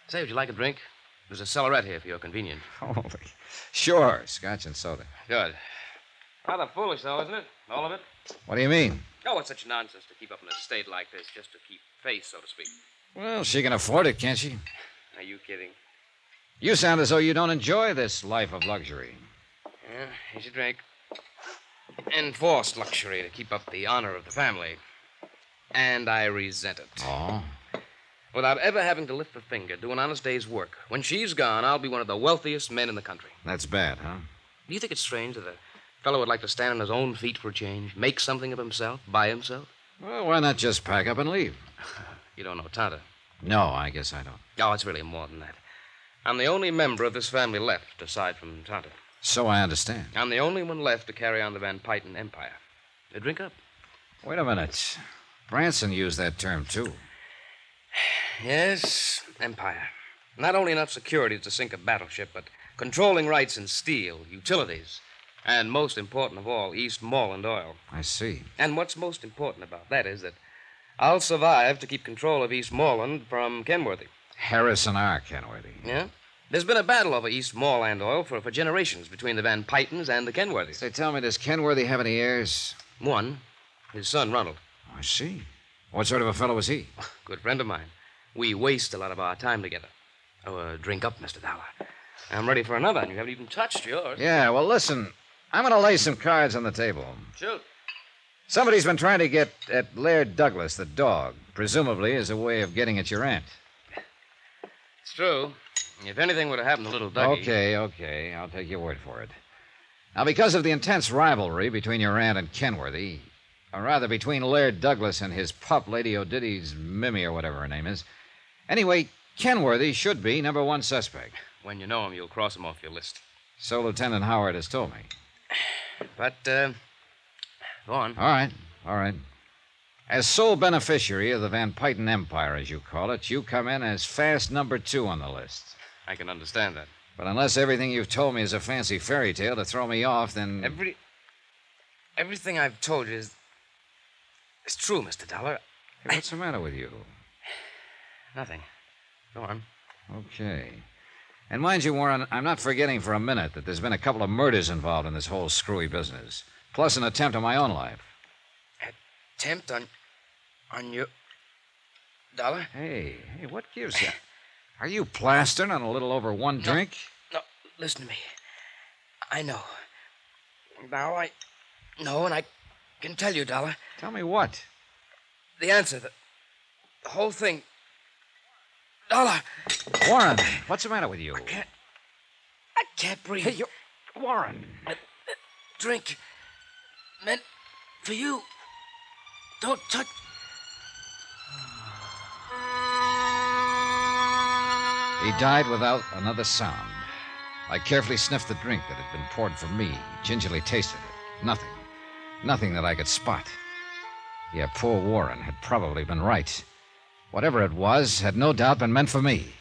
Say, would you like a drink? There's a cellarette here for your convenience. Holy. Sure, scotch and soda. Good. Rather foolish, though, isn't it? All of it? What do you mean? Oh, it's such nonsense to keep up an estate like this just to keep face, so to speak. Well, she can afford it, can't she? Are you kidding? You sound as though you don't enjoy this life of luxury. Yeah, here's your drink. Enforced luxury to keep up the honor of the family. And I resent it. Oh? Without ever having to lift a finger, do an honest day's work. When she's gone, I'll be one of the wealthiest men in the country. That's bad, huh? Do you think it's strange that a fellow would like to stand on his own feet for a change, make something of himself, by himself? Well, why not just pack up and leave? You don't know Tonto. No, I guess I don't. Oh, it's really more than that. I'm the only member of this family left, aside from Tonto. So I understand. I'm the only one left to carry on the Van Pyton empire. Now drink up. Wait a minute. Branson used that term, too. Yes, empire. Not only enough security to sink a battleship, but controlling rights in steel, utilities, and most important of all, East Moreland oil. I see. And what's most important about that is that I'll survive to keep control of East Moreland from Kenworthy. Harrison R. Kenworthy. Yeah? There's been a battle over East Moreland oil for, for generations between the Van Pytons and the Kenworthys. Say, tell me, does Kenworthy have any heirs? One, his son, Ronald, I see. What sort of a fellow was he? good friend of mine. We waste a lot of our time together. Oh, uh, drink up, Mr. Dollar. I'm ready for another, and you haven't even touched yours. Yeah, well, listen. I'm going to lay some cards on the table. Shoot. Somebody's been trying to get at Laird Douglas, the dog, presumably as a way of getting at your aunt. It's true. If anything would have happened to little Dougie. Okay, okay. I'll take your word for it. Now, because of the intense rivalry between your aunt and Kenworthy, or rather between Laird Douglas and his pup, Lady O'Diddy's Mimmy, or whatever her name is, anyway, Kenworthy should be number one suspect. When you know him, you'll cross him off your list. So Lieutenant Howard has told me. But, uh, go on. All right, all right. As sole beneficiary of the Van Pyton Empire, as you call it, you come in as fast number two on the list. I can understand that. But unless everything you've told me is a fancy fairy tale to throw me off, then. Every. Everything I've told you is. is true, Mr. Dollar. Hey, what's the matter with you? Nothing. Go on. Okay. And mind you, Warren, I'm not forgetting for a minute that there's been a couple of murders involved in this whole screwy business, plus an attempt on my own life. Attempt on. on your. Dollar? Hey, hey, what gives you? Are you plastering on a little over one drink? No, listen to me. I know. Now I know, and I can tell you, Dollar, Tell me what? the answer, the, the whole thing. Dollar, Warren, what's the matter with you? I can't breathe. Hey, you. Warren. drink meant for you. Don't touch. He died without another sound. I carefully sniffed the drink that had been poured for me, gingerly tasted it. Nothing. Nothing that I could spot. Yeah, poor Warren had probably been right. Whatever it was had no doubt been meant for me.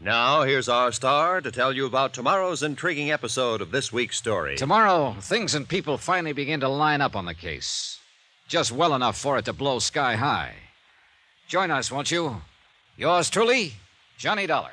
Now, here's our star to tell you about tomorrow's intriguing episode of this week's story. Tomorrow, things and people finally begin to line up on the case. Just well enough for it to blow sky high. Join us, won't you? Yours truly, Johnny Dollar.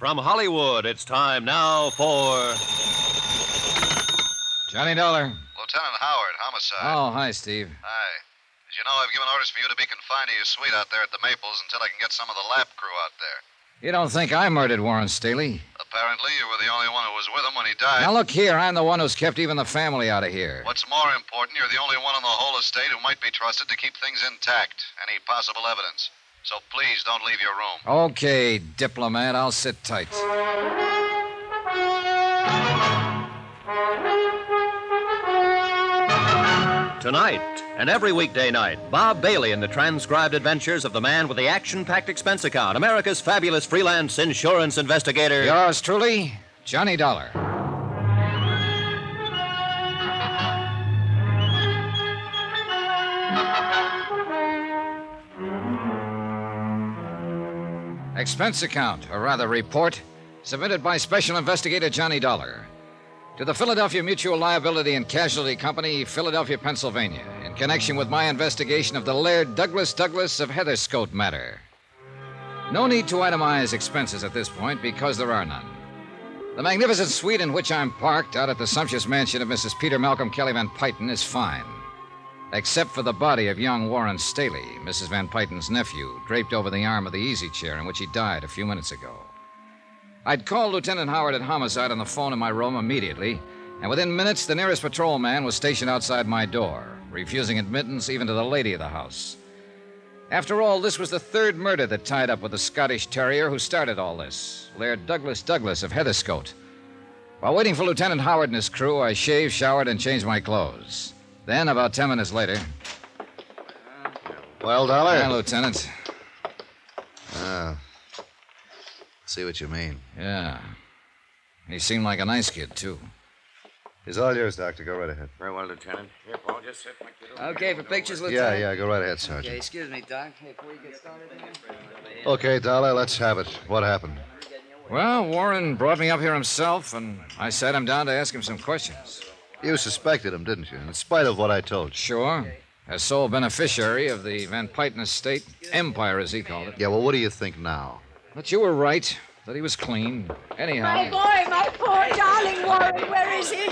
From Hollywood, it's time now for. Johnny Dollar. Lieutenant Howard, homicide. Oh, hi, Steve. Hi. As you know, I've given orders for you to be confined to your suite out there at the Maples until I can get some of the lab crew out there. You don't think I murdered Warren Staley? Apparently, you were the only one who was with him when he died. Now, look here. I'm the one who's kept even the family out of here. What's more important, you're the only one on the whole estate who might be trusted to keep things intact, any possible evidence. So please don't leave your room. Okay, diplomat, I'll sit tight. Tonight and every weekday night, Bob Bailey in the transcribed adventures of the man with the action packed expense account, America's fabulous freelance insurance investigator. Yours truly, Johnny Dollar. Expense account, or rather report, submitted by Special Investigator Johnny Dollar to the Philadelphia Mutual Liability and Casualty Company, Philadelphia, Pennsylvania, in connection with my investigation of the Laird Douglas Douglas of Heatherscote matter. No need to itemize expenses at this point because there are none. The magnificent suite in which I'm parked out at the sumptuous mansion of Mrs. Peter Malcolm Kelly Van Pyton is fine. Except for the body of young Warren Staley, Mrs. Van Pyton's nephew, draped over the arm of the easy chair in which he died a few minutes ago. I'd called Lieutenant Howard at Homicide on the phone in my room immediately, and within minutes the nearest patrolman was stationed outside my door, refusing admittance even to the lady of the house. After all, this was the third murder that tied up with the Scottish terrier who started all this, Laird Douglas Douglas of Heatherscote. While waiting for Lieutenant Howard and his crew, I shaved, showered, and changed my clothes. Then, about ten minutes later. Well, Dollar? Yeah, Lieutenant. Ah. See what you mean. Yeah. He seemed like a nice kid, too. He's all yours, Doctor. Go right ahead. Very well, Lieutenant. Here, Paul, just sit like you do. Okay, for pictures, Yeah, Lieutenant. yeah, go right ahead, Sergeant. Okay, excuse me, Doc. Hey, before you get started, man. Okay, Dollar, let's have it. What happened? Well, Warren brought me up here himself, and I sat him down to ask him some questions. You suspected him, didn't you? In spite of what I told you. Sure. As sole beneficiary of the Van Pyton estate, empire as he called it. Yeah, well, what do you think now? That you were right, that he was clean. My Anyhow. boy, my poor darling Warren, where is he?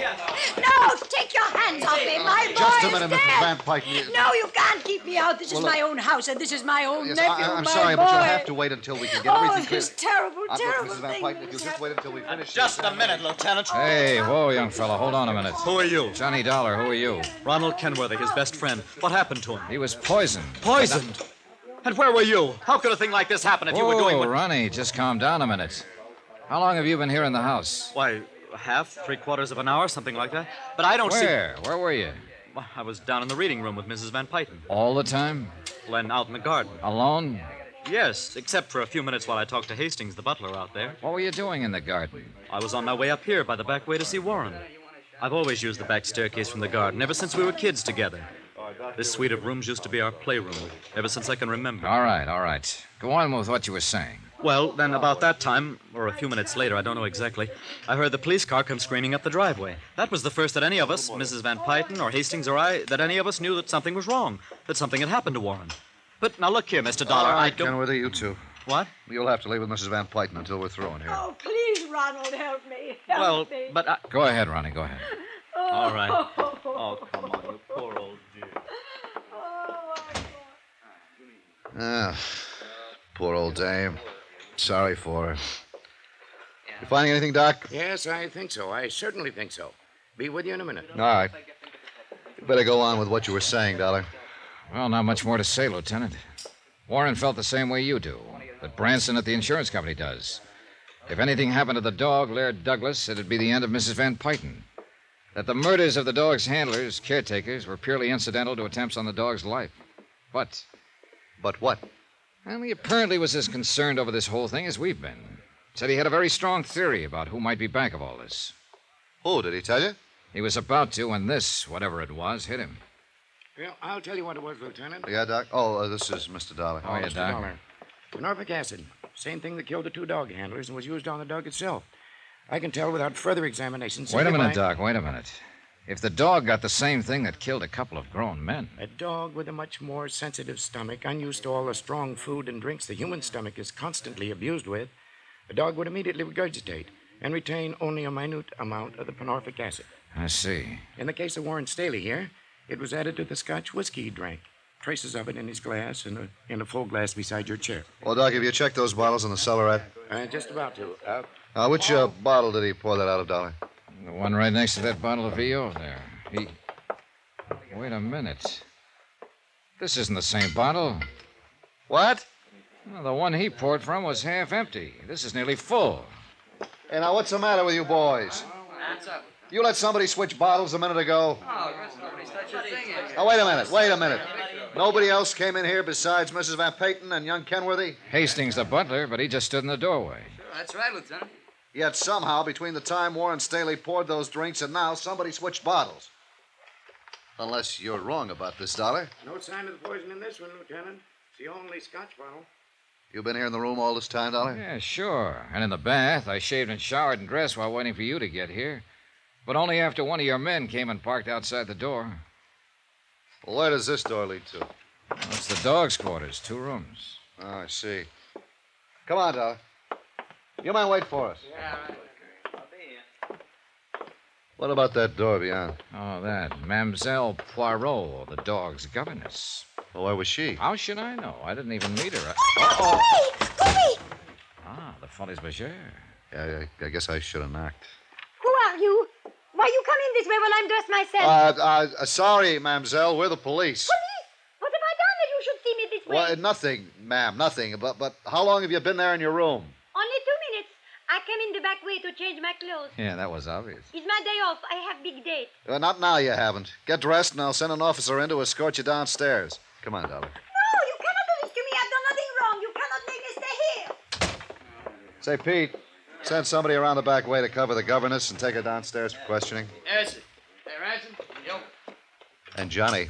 No, take your hands off me. My boy Just a is minute, Mrs. dead. Van Pyton. No, you can't keep me out. This is Well, my own house, and this is my own Yes, nephew. I, I'm my sorry, boy. but you'll have to wait until we can get Oh, everything clear. this terrible, Uh, look, terrible Mrs. Van thing Pyton, if that you'll has just wait until we finish. Just a minute, Lieutenant. Hey, whoa, young fellow, hold on a minute. Who are you? Johnny Dollar, who are you? Ronald Kenworthy, his best friend. What happened to him? He was poisoned. Poisoned. And where were you? How could a thing like this happen if you were Whoa, going with. Ronnie, just calm down a minute. How long have you been here in the house? Why, half, three quarters of an hour, something like that. But I don't Where? Where were you? see. Well, I was down in the reading room with Mrs. Van Pyton. All the time? Len out in the garden. Alone? Yes, except for a few minutes while I talked to Hastings, the butler out there. What were you doing in the garden? I was on my way up here by the back way to see Warren. I've always used the back staircase from the garden ever since we were kids together. This suite of rooms used to be our playroom ever since I can remember. All right, all right. Go on with what you were saying. Well, then about that time, or a few minutes later, I don't know exactly, I heard the police car come screaming up the driveway. That was the first that any of us, Mrs. Van Pyton or Hastings or I, that any of us knew that something was wrong, that something had happened to Warren. But now look here, Mr. Dollar, All I right, don't. Kenworthy, you two. What? You'll have to leave with Mrs. Van Pyton until we're through in here. Oh, please, Ronald, help me. Help Well, me. but I. Go ahead, Ronnie, go ahead. Oh. All right. Oh, come on, you poor old dear. Ah, poor old dame. Sorry for her. You finding anything, Doc? Yes, I think so. I certainly think so. Be with you in a minute. All right. You better go on with what you were saying, Dollar. Well, not much more to say, Lieutenant. Warren felt the same way you do, that Branson at the insurance company does. If anything happened to the dog, Laird Douglas, it'd be the end of Mrs. Van Pyton. That the murders of the dog's handlers, caretakers, were purely incidental to attempts on the dog's life. But. But what? Well, he apparently was as concerned over this whole thing as we've been. Said he had a very strong theory about who might be back of all this. Who, did he tell you? He was about to when this, whatever it was, hit him. Well, I'll tell you what it was, Lieutenant. Yeah, Doc? Oh, uh, this is Mr. Dollar. Oh, yeah, Mr. Dollar. Norfolk acid. Same thing that killed the two dog handlers and was used on the dog itself. I can tell without further examination. Wait a simply minute, by- Doc. Wait a minute. If the dog got the same thing that killed a couple of grown men, A dog with a much more sensitive stomach, unused to all the strong food and drinks the human stomach is constantly abused with, the dog would immediately regurgitate and retain only a minute amount of the panorphic acid. I see. In the case of Warren Staley here, it was added to the Scotch whiskey he drank. Traces of it in his glass and a, in a full glass beside your chair. Well, Doc, have you checked those bottles in the cellar right? Uh, just about to. Uh, Uh, which uh, bottle did he pour that out of, Dollar? The one right next to that bottle of VO there. He. Wait a minute. This isn't the same bottle. What? Well, the one he poured from was half empty. This is nearly full. Hey, now, what's the matter with you boys? You let somebody switch bottles a minute ago. Oh, Oh, Now, wait a minute. Wait a minute. Nobody else came in here besides Mrs. Van Peyton and young Kenworthy? Hastings, the butler, but he just stood in the doorway. That's right, Lieutenant. Yet somehow, between the time Warren Staley poured those drinks and now, somebody switched bottles. Unless you're wrong about this, Dollar. no sign of the poison in this one, Lieutenant. It's the only Scotch bottle. You've been here in the room all this time, Dollar? Yeah, sure. And in the bath, I shaved and showered and dressed while waiting for you to get here. But only after one of your men came and parked outside the door. Well, where does this door lead to? It's the dog's quarters, two rooms. Oh, I see. Come on, Dollar. You might wait for us. What about that door beyond? Oh, that. Mademoiselle Poirot, the dog's governess. Well, where was she? How should I know? I didn't even meet her. I... Ah, the follies bergère. Yeah, I, I guess I should have knocked. Who are you? Why you come in this way while I'm dressed Uh, myself? uh, uh, sorry, mademoiselle, we're the police. Police? What have I done that you should see me this way? Well, nothing, ma'am, nothing. But but how long have you been there in your room? Only two minutes. I came in the back way to change my clothes. Yeah, that was obvious. It's my day off. I have big date. not now, you haven't. Get dressed, and I'll send an officer in to escort you downstairs. Come on, Dollar. No, you cannot do this to me. I've done nothing wrong. You cannot make me stay here. Say, Pete, send somebody around the back way to cover the governess and take her downstairs for questioning. Yes, sir. Hey, Ransom. Yo. And Johnny,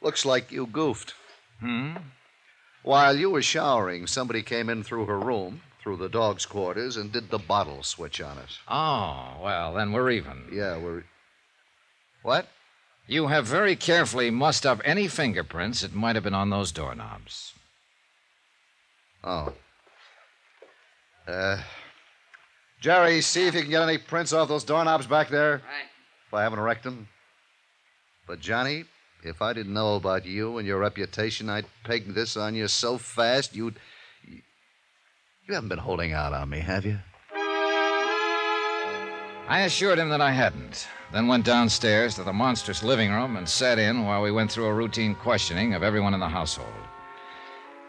looks like you goofed. Hmm? While you were showering, somebody came in through her room, through the dog's quarters, and did the bottle switch on us. Oh, well, then we're even. Yeah, we're. What? You have very carefully mussed up any fingerprints that might have been on those doorknobs. Oh. Uh, Jerry, see if you can get any prints off those doorknobs back there. Right. If I haven't wrecked them. But, Johnny, if I didn't know about you and your reputation, I'd peg this on you so fast you'd. You haven't been holding out on me, have you? I assured him that I hadn't, then went downstairs to the monstrous living room and sat in while we went through a routine questioning of everyone in the household.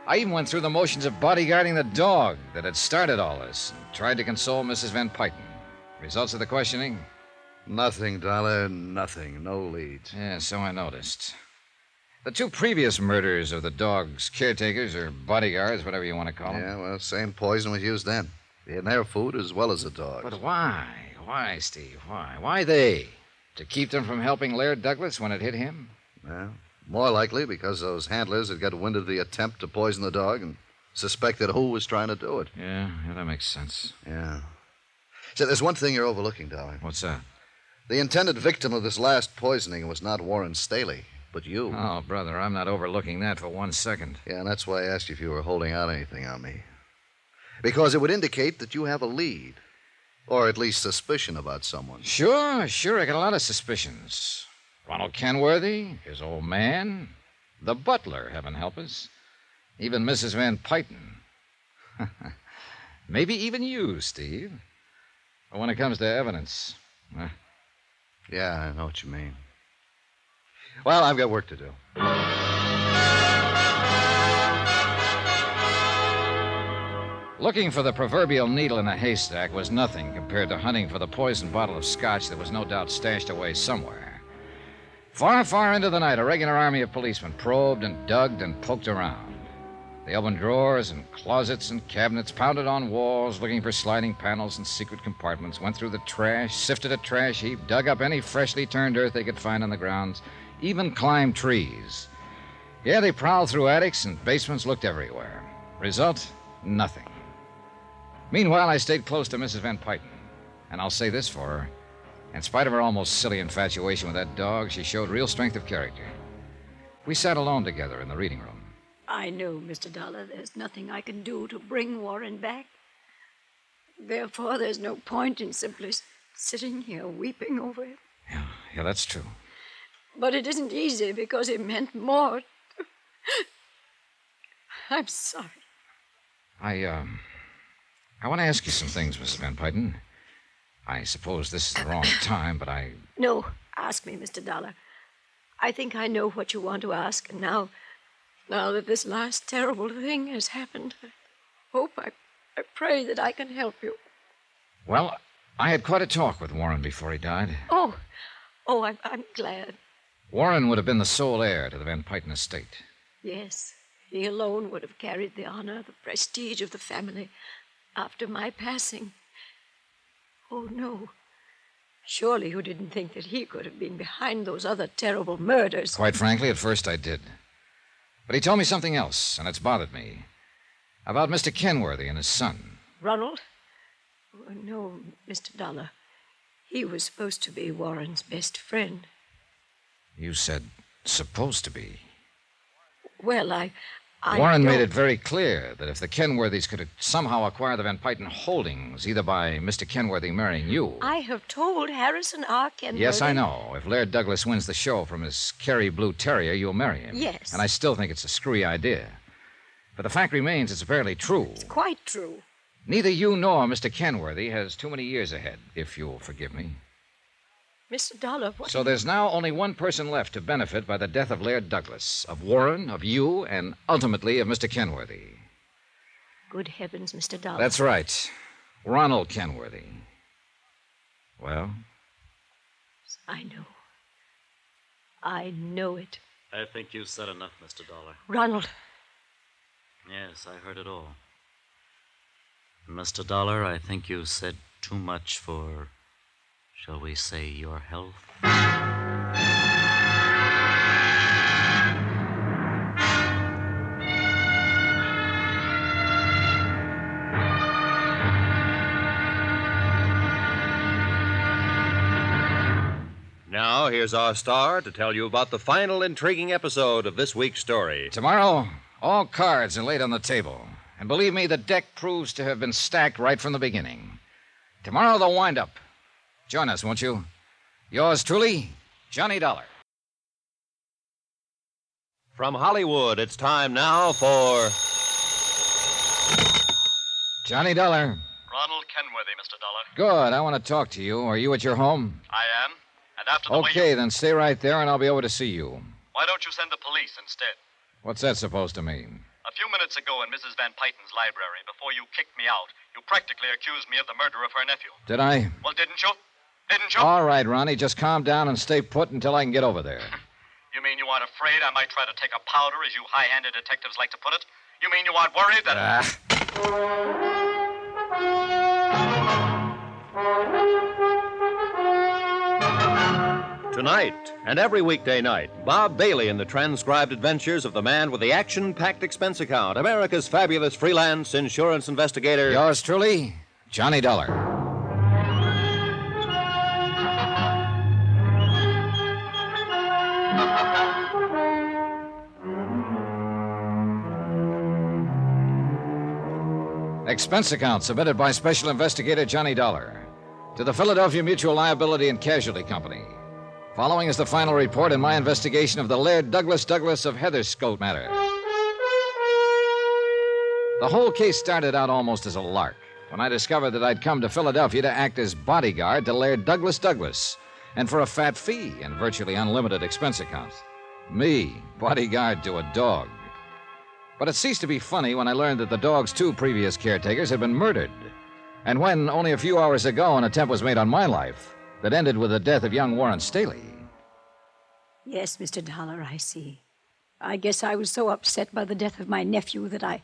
I even went through the motions of bodyguarding the dog that had started all this and tried to console Mrs. Van Pyton. Results of the questioning? Nothing, Dollar, nothing. No leads. Yeah, so I noticed. The two previous murders of the dog's caretakers or bodyguards, whatever you want to call them. Yeah, well, same poison was used then. In their food as well as the dogs. But why? Why, Steve? Why? Why they? To keep them from helping Laird Douglas when it hit him? Well, more likely because those handlers had got wind of the attempt to poison the dog and suspected who was trying to do it. Yeah, yeah that makes sense. Yeah. So there's one thing you're overlooking, Dollar. What's that? The intended victim of this last poisoning was not Warren Staley, but you. Oh, brother, I'm not overlooking that for one second. Yeah, and that's why I asked if you were holding out anything on me. Because it would indicate that you have a lead, or at least suspicion about someone. Sure, sure, I got a lot of suspicions. Ronald Kenworthy, his old man, the butler, heaven help us, even Mrs. Van Pyton. Maybe even you, Steve. But when it comes to evidence, eh, Yeah, I know what you mean. Well, I've got work to do. Looking for the proverbial needle in a haystack was nothing compared to hunting for the poisoned bottle of scotch that was no doubt stashed away somewhere. Far, far into the night, a regular army of policemen probed and dug and poked around. They opened drawers and closets and cabinets, pounded on walls, looking for sliding panels and secret compartments, went through the trash, sifted a trash heap, dug up any freshly turned earth they could find on the grounds, even climbed trees. Yeah, they prowled through attics and basements, looked everywhere. Result? Nothing. Meanwhile, I stayed close to Mrs. Van Pyton, and I'll say this for her. In spite of her almost silly infatuation with that dog, she showed real strength of character. We sat alone together in the reading room. I know, Mr. Dollar, there's nothing I can do to bring Warren back. Therefore, there's no point in simply s- sitting here weeping over him. Yeah, that's true. But it isn't easy because it meant more. to- I'm sorry. I, um, I want to ask you some things, Mrs. Van Pyton. I suppose this is the wrong time, but I. No, ask me, Mr. Dollar. I think I know what you want to ask, and now, now that this last terrible thing has happened, I hope, I, I pray that I can help you. Well, I had quite a talk with Warren before he died. Oh, oh, I'm, I'm glad. Warren would have been the sole heir to the Van Pyton estate. Yes, he alone would have carried the honor, the prestige of the family after my passing. Oh, no. Surely you didn't think that he could have been behind those other terrible murders. Quite frankly, at first I did. But he told me something else, and it's bothered me. About Mr. Kenworthy and his son. Ronald? Oh, no, Mr. Dollar. He was supposed to be Warren's best friend. You said supposed to be. Well, I. I Warren made don't- it very clear that if the Kenworthys could somehow acquire the Van Pyton holdings, either by Mr. Kenworthy marrying you. I have told Harrison R. Kenworthy. yes, I know. If Laird Douglas wins the show from his Kerry Blue Terrier, you'll marry him. Yes. And I still think it's a screwy idea. But the fact remains it's apparently true. Quite true. Neither you nor Mr. Kenworthy has too many years ahead, if you'll forgive me. Mr. Dollar, what? So there's now only one person left to benefit by the death of Laird Douglas, of Warren, of you, and ultimately of Mr. Kenworthy. Good heavens, Mr. Dollar. That's right. Ronald Kenworthy. Well? I know. I know it. I think you've said enough, Mr. Dollar. Ronald, Yes, I heard it all. Mr. Dollar, I think you've said too much for, shall we say, your health. Now, here's our star to tell you about the final intriguing episode of this week's story. Tomorrow, all cards are laid on the table. And believe me, the deck proves to have been stacked right from the beginning. Tomorrow, the wind up. Join us, won't you? Yours truly, Johnny Dollar. From Hollywood, it's time now for. Johnny Dollar. Ronald Kenworthy, Mr. Dollar. Good. I want to talk to you. Are you at your home? I am. And after the way. Okay, then stay right there and I'll be over to see you. Why don't you send the police instead? What's that supposed to mean? A few minutes ago in Mrs. Van Pyton's library, before you kicked me out, you practically accused me of the murder of her nephew. Did I? Well, didn't you? Didn't you? All right, Ronnie, just calm down and stay put until I can get over there. You mean you aren't afraid I might try to take a powder, as you high handed detectives like to put it? You mean you aren't worried that. Ah. Tonight and every weekday night, Bob Bailey in the transcribed adventures of the man with the action packed expense account, America's fabulous freelance insurance investigator. Yours truly, Johnny Dollar. Expense account submitted by Special Investigator Johnny Dollar to the Philadelphia Mutual Liability and Casualty Company. Following is the final report in my investigation of the Laird Douglas Douglas of Heatherscote matter. The whole case started out almost as a lark when I discovered that I'd come to Philadelphia to act as bodyguard to Laird Douglas Douglas, and for a fat fee and virtually unlimited expense accounts. Me, bodyguard to a dog. But it ceased to be funny when I learned that the dog's two previous caretakers had been murdered, and when, only a few hours ago, an attempt was made on my life that ended with the death of young Warren Staley. Yes, Mr. Dollar, I see. I guess I was so upset by the death of my nephew that I,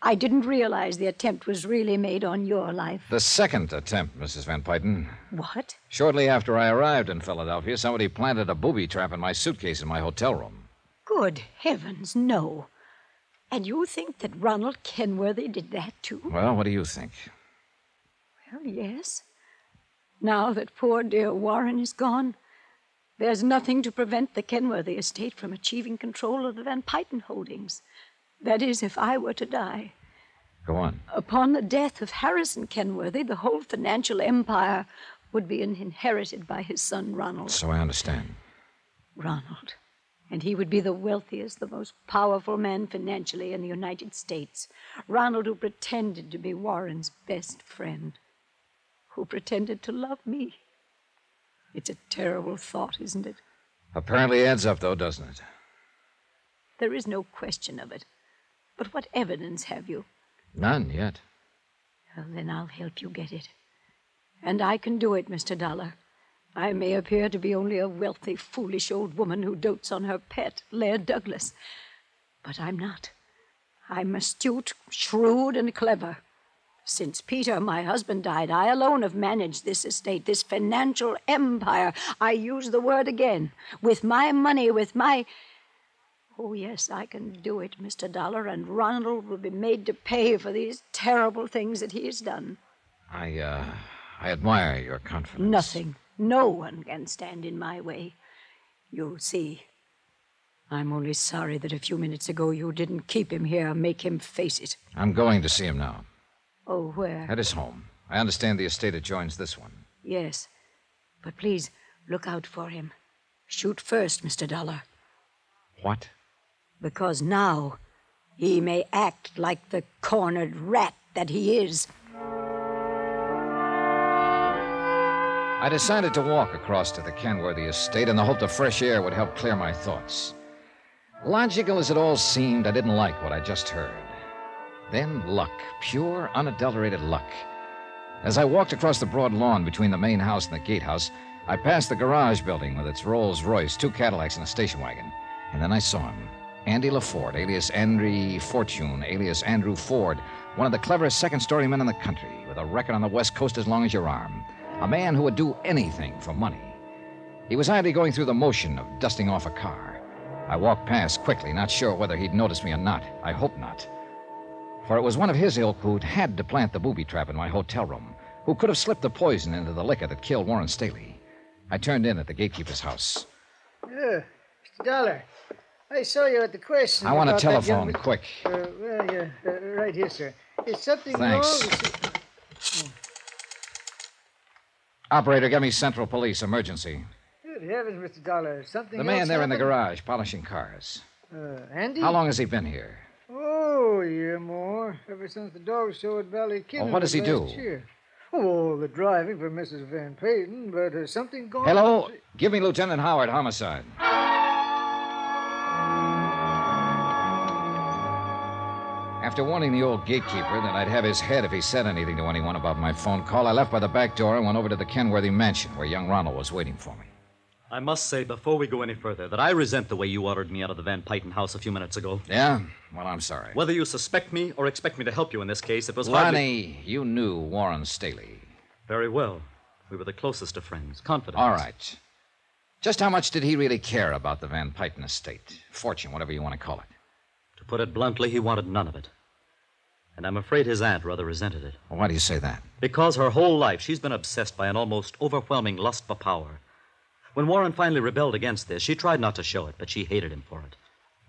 I didn't realize the attempt was really made on your life. The second attempt, Mrs. Van Pyton. What? Shortly after I arrived in Philadelphia, somebody planted a booby trap in my suitcase in my hotel room. Good heavens, no. And you think that Ronald Kenworthy did that too? Well, what do you think? Well, Oh, yes. Now that poor dear Warren is gone, there's nothing to prevent the Kenworthy estate from achieving control of the Van Pyton holdings. That is, if I were to die. Go on. Upon the death of Harrison Kenworthy, the whole financial empire would be inherited by his son Ronald. So I understand. Ronald. And he would be the wealthiest, the most powerful man financially in the United States. Ronald, who pretended to be Warren's best friend, who pretended to love me. It's a terrible thought, isn't it? Apparently adds up, though, doesn't it? There is no question of it. But what evidence have you? None yet. Well, then I'll help you get it. And I can do it, Mr. Dollar. I may appear to be only a wealthy, foolish old woman who dotes on her pet, Laird Douglas, but I'm not. I'm astute, shrewd, and clever. Since Peter, my husband, died, I alone have managed this estate, this financial empire. I use the word again. With my money, with my. Oh, yes, I can do it, Mr. Dollar, and Ronald will be made to pay for these terrible things that he has done. I, uh, I admire your confidence. Nothing, no one can stand in my way. You see, I'm only sorry that a few minutes ago you didn't keep him here, make him face it. I'm going to see him now. Oh, where? At his home. I understand the estate adjoins this one. Yes. But please, look out for him. Shoot first, Mr. Dollar, What? because now he may act like the cornered rat that he is. I decided to walk across to the Kenworthy estate in the hope the fresh air would help clear my thoughts. Logical as it all seemed, I didn't like what I just heard. Then luck, pure, unadulterated luck. As I walked across the broad lawn between the main house and the gatehouse, I passed the garage building with its Rolls Royce, two Cadillacs, and a station wagon. And then I saw him. Andy LaFord, alias Andy Fortune, alias Andrew Ford, one of the cleverest second story men in the country, with a record on the West Coast as long as your arm. A man who would do anything for money. He was idly going through the motion of dusting off a car. I walked past quickly, not sure whether he'd noticed me or not. I hope not. For it was one of his ilk who'd had to plant the booby trap in my hotel room, who could have slipped the poison into the liquor that killed Warren Staley. I turned in at the gatekeeper's house. Uh, Mr. Dollar, I saw you at the question. I want a about that telephone, young- quick. Uh, well, yeah, uh, right here, sir. Is something Thanks. wrong? with- Operator, get me Central Police, emergency. Good heavens, Mr. Dollar. Something The man else there in the happened? garage polishing cars. Uh, Andy? How long has he been here? Oh, a year more. Ever since the dog show at Valley Kitten. Well, what does he do? Year. Oh, the driving for Mrs. Van Payton, but uh, something going Hello? Give me Lieutenant Howard, homicide. After warning the old gatekeeper that I'd have his head if he said anything to anyone about my phone call, I left by the back door and went over to the Kenworthy mansion where young Ronald was waiting for me. I must say, before we go any further, that I resent the way you ordered me out of the Van Pyton house a few minutes ago. Yeah? Well, I'm sorry. Whether you suspect me or expect me to help you in this case, it was hardly... Lonnie, you knew Warren Staley. Very well. We were the closest of friends, confidants. All right. Just how much did he really care about the Van Pyton estate? Fortune, whatever you want to call it. To put it bluntly, he wanted none of it. And I'm afraid his aunt rather resented it. Why do you say that? Because her whole life she's been obsessed by an almost overwhelming lust for power. When Warren finally rebelled against this, she tried not to show it, but she hated him for it.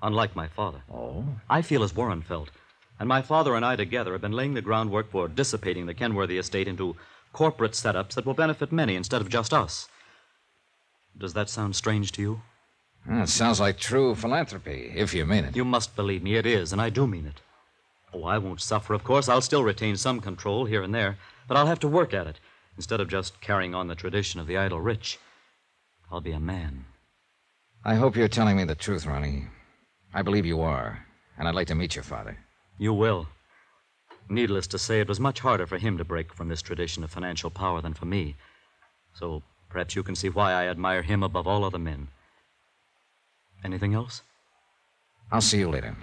Unlike my father. Oh? I feel as Warren felt. And my father and I together have been laying the groundwork for dissipating the Kenworthy estate into corporate setups that will benefit many instead of just us. Does that sound strange to you? Well, it sounds like true philanthropy, if you mean it. You must believe me, it is, and I do mean it. Oh, I won't suffer, of course. I'll still retain some control here and there, but I'll have to work at it instead of just carrying on the tradition of the idle rich. I'll be a man. I hope you're telling me the truth, Ronnie. I believe you are, and I'd like to meet your father. You will. Needless to say, it was much harder for him to break from this tradition of financial power than for me. So perhaps you can see why I admire him above all other men. Anything else? I'll see you later.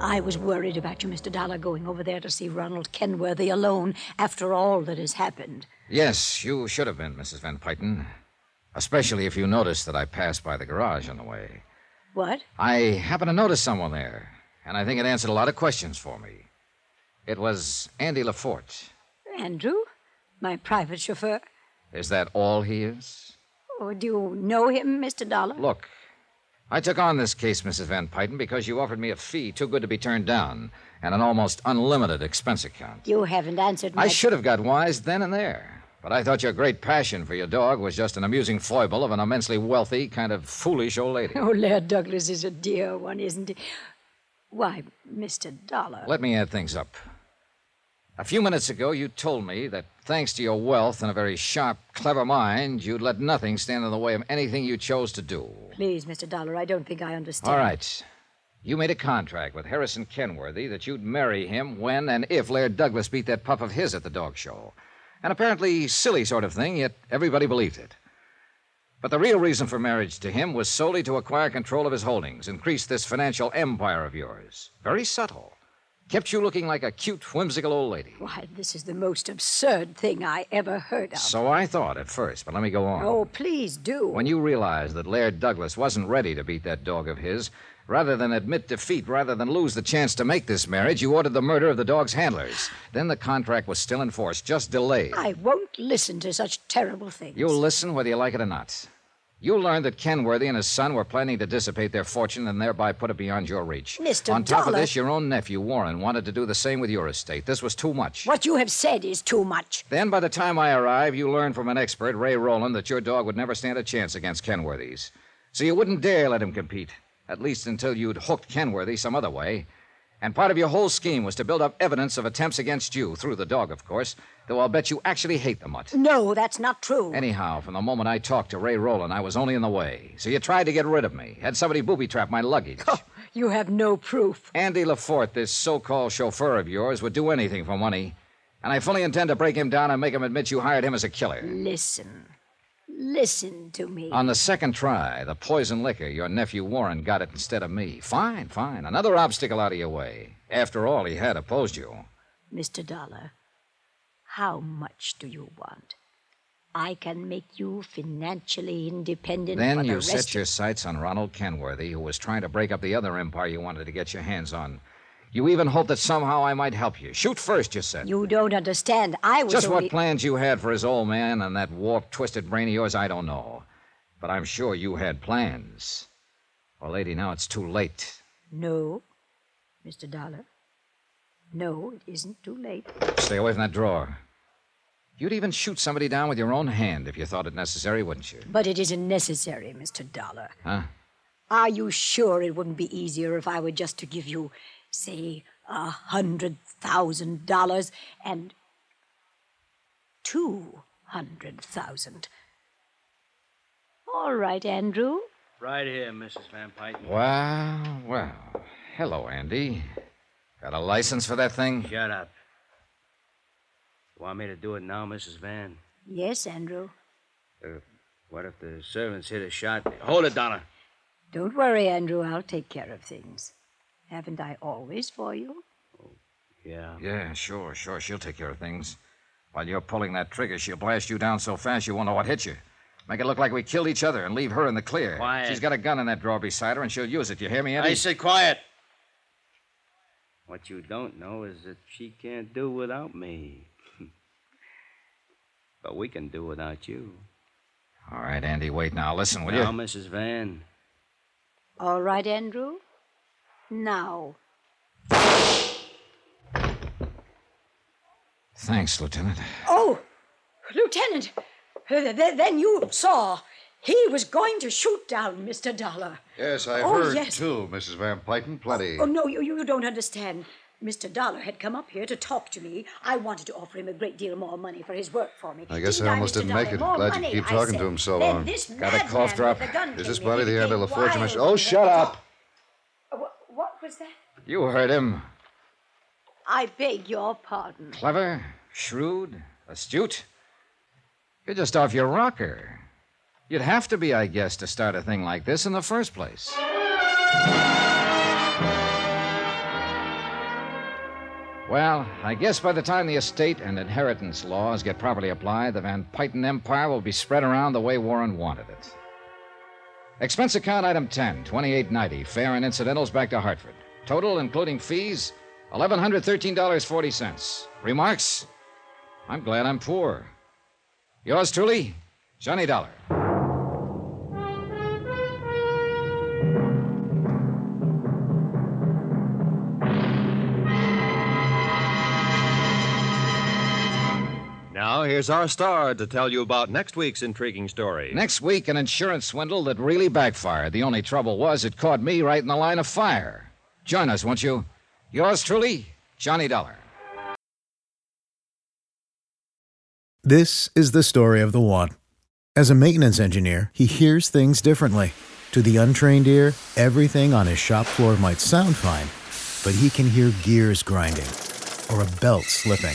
I was worried about you, Mr. Dollar, going over there to see Ronald Kenworthy alone after all that has happened. Yes, you should have been, Mrs. Van Pyton. Especially if you noticed that I passed by the garage on the way. What? I happened to notice someone there, and I think it answered a lot of questions for me. It was Andy Lafort. Andrew? My private chauffeur? Is that all he is? Oh, do you know him, Mr. Dollar? Look, I took on this case, Mrs. Van Pyton, because you offered me a fee too good to be turned down and an almost unlimited expense account. You haven't answered my. I should have got wise then and there, but I thought your great passion for your dog was just an amusing foible of an immensely wealthy, kind of foolish old lady. Oh, Laird Douglas is a dear one, isn't he? Why, Mr. Dollar. Let me add things up. A few minutes ago, you told me that thanks to your wealth and a very sharp, clever mind, you'd let nothing stand in the way of anything you chose to do. Please, Mr. Dollar, I don't think I understand. All right. You made a contract with Harrison Kenworthy that you'd marry him when and if Laird Douglas beat that pup of his at the dog show. An apparently silly sort of thing, yet everybody believed it. But the real reason for marriage to him was solely to acquire control of his holdings, increase this financial empire of yours. Very subtle. Kept you looking like a cute, whimsical old lady. Why, this is the most absurd thing I ever heard of. So I thought at first, but let me go on. Oh, please do. When you realized that Laird Douglas wasn't ready to beat that dog of his, rather than admit defeat, rather than lose the chance to make this marriage, you ordered the murder of the dog's handlers. Then the contract was still in force, just delayed. I won't listen to such terrible things. You'll listen whether you like it or not. You learned that Kenworthy and his son were planning to dissipate their fortune and thereby put it beyond your reach. Mr. On top Dollar- of this, your own nephew, Warren, wanted to do the same with your estate. This was too much. What you have said is too much. Then, by the time I arrived, you learned from an expert, Ray Rowland, that your dog would never stand a chance against Kenworthy's. So you wouldn't dare let him compete, at least until you'd hooked Kenworthy some other way. And part of your whole scheme was to build up evidence of attempts against you, through the dog, of course, though I'll bet you actually hate the mutt. No, that's not true. Anyhow, from the moment I talked to Ray Rowland, I was only in the way. So you tried to get rid of me, had somebody booby trap my luggage. Oh, You have no proof. Andy Lafort, this so called chauffeur of yours, would do anything for money. And I fully intend to break him down and make him admit you hired him as a killer. Listen. Listen to me. On the second try, the poison liquor, your nephew Warren got it instead of me. Fine, fine. Another obstacle out of your way. After all, he had opposed you. Mr. Dollar, how much do you want? I can make you financially independent then for the you rest set your sights on Ronald Kenworthy, who was trying to break up the other empire you wanted to get your hands on. You even hoped that somehow I might help you. Shoot first, you said. You don't understand. I was Just only... what plans you had for his old man and that warped, twisted brain of yours, I don't know. But I'm sure you had plans. Well, lady, now it's too late. No, Mr. Dollar. No, it isn't too late. Stay away from that drawer. You'd even shoot somebody down with your own hand if you thought it necessary, wouldn't you? But it isn't necessary, Mr. Dollar. Huh? Are you sure it wouldn't be easier if I were just to give you, say, a hundred thousand dollars and two hundred thousand? All right, Andrew. Right here, Mrs. Van Pyton. Well, well. Hello, Andy. Got a license for that thing? Shut up. You want me to do it now, Mrs. Van? Yes, Andrew. Uh, what if the servants hit a shot? Hold it, Donna. Don't worry, Andrew. I'll take care of things. Haven't I always for you? Yeah. Yeah, sure, sure. She'll take care of things. While you're pulling that trigger, she'll blast you down so fast you won't know what hit you. Make it look like we killed each other and leave her in the clear. Quiet. She's got a gun in that drawer beside her, and she'll use it. You hear me, Andy? I said quiet. What you don't know is that she can't do without me. but we can do without you. All right, Andy, wait now. Listen, will now, you? Mrs. Van. All right, Andrew. Now, Thanks, Lieutenant. Oh, Lieutenant, th- th- then you saw he was going to shoot down Mr. Dollar. Yes, I've Oh, heard, yes. too, Mrs. Van Pyton. Plenty. Oh, no, you, you don't understand. Mr. Dollar had come up here to talk to me. I wanted to offer him a great deal more money for his work for me. I guess Didn't I almost Mr. didn't make Dollar? it. More Glad money, you keep I talking said. to him so Then long. this Got a madman cough with drop? the gun Is came this in. Barney He the became Idol of Fortune? wild Oh, with the shut gun. up! Uh, wh- What was that? You heard him. I beg your pardon. Clever, shrewd, astute. You're just off your rocker. You'd have to be, I guess, to start a thing like this in the first place. Well, I guess by the time the estate and inheritance laws get properly applied, the Van Pyton empire will be spread around the way Warren wanted it. Expense account item 10, 2890, fare and incidentals back to Hartford. Total, including fees, $1,113.40. Remarks? I'm glad I'm poor. Yours truly, Johnny Dollar. Now, here's our star to tell you about next week's intriguing story. Next week, an insurance swindle that really backfired. The only trouble was it caught me right in the line of fire. Join us, won't you? Yours truly, Johnny Dollar. This is the story of the one. As a maintenance engineer, he hears things differently. To the untrained ear, everything on his shop floor might sound fine, but he can hear gears grinding or a belt slipping.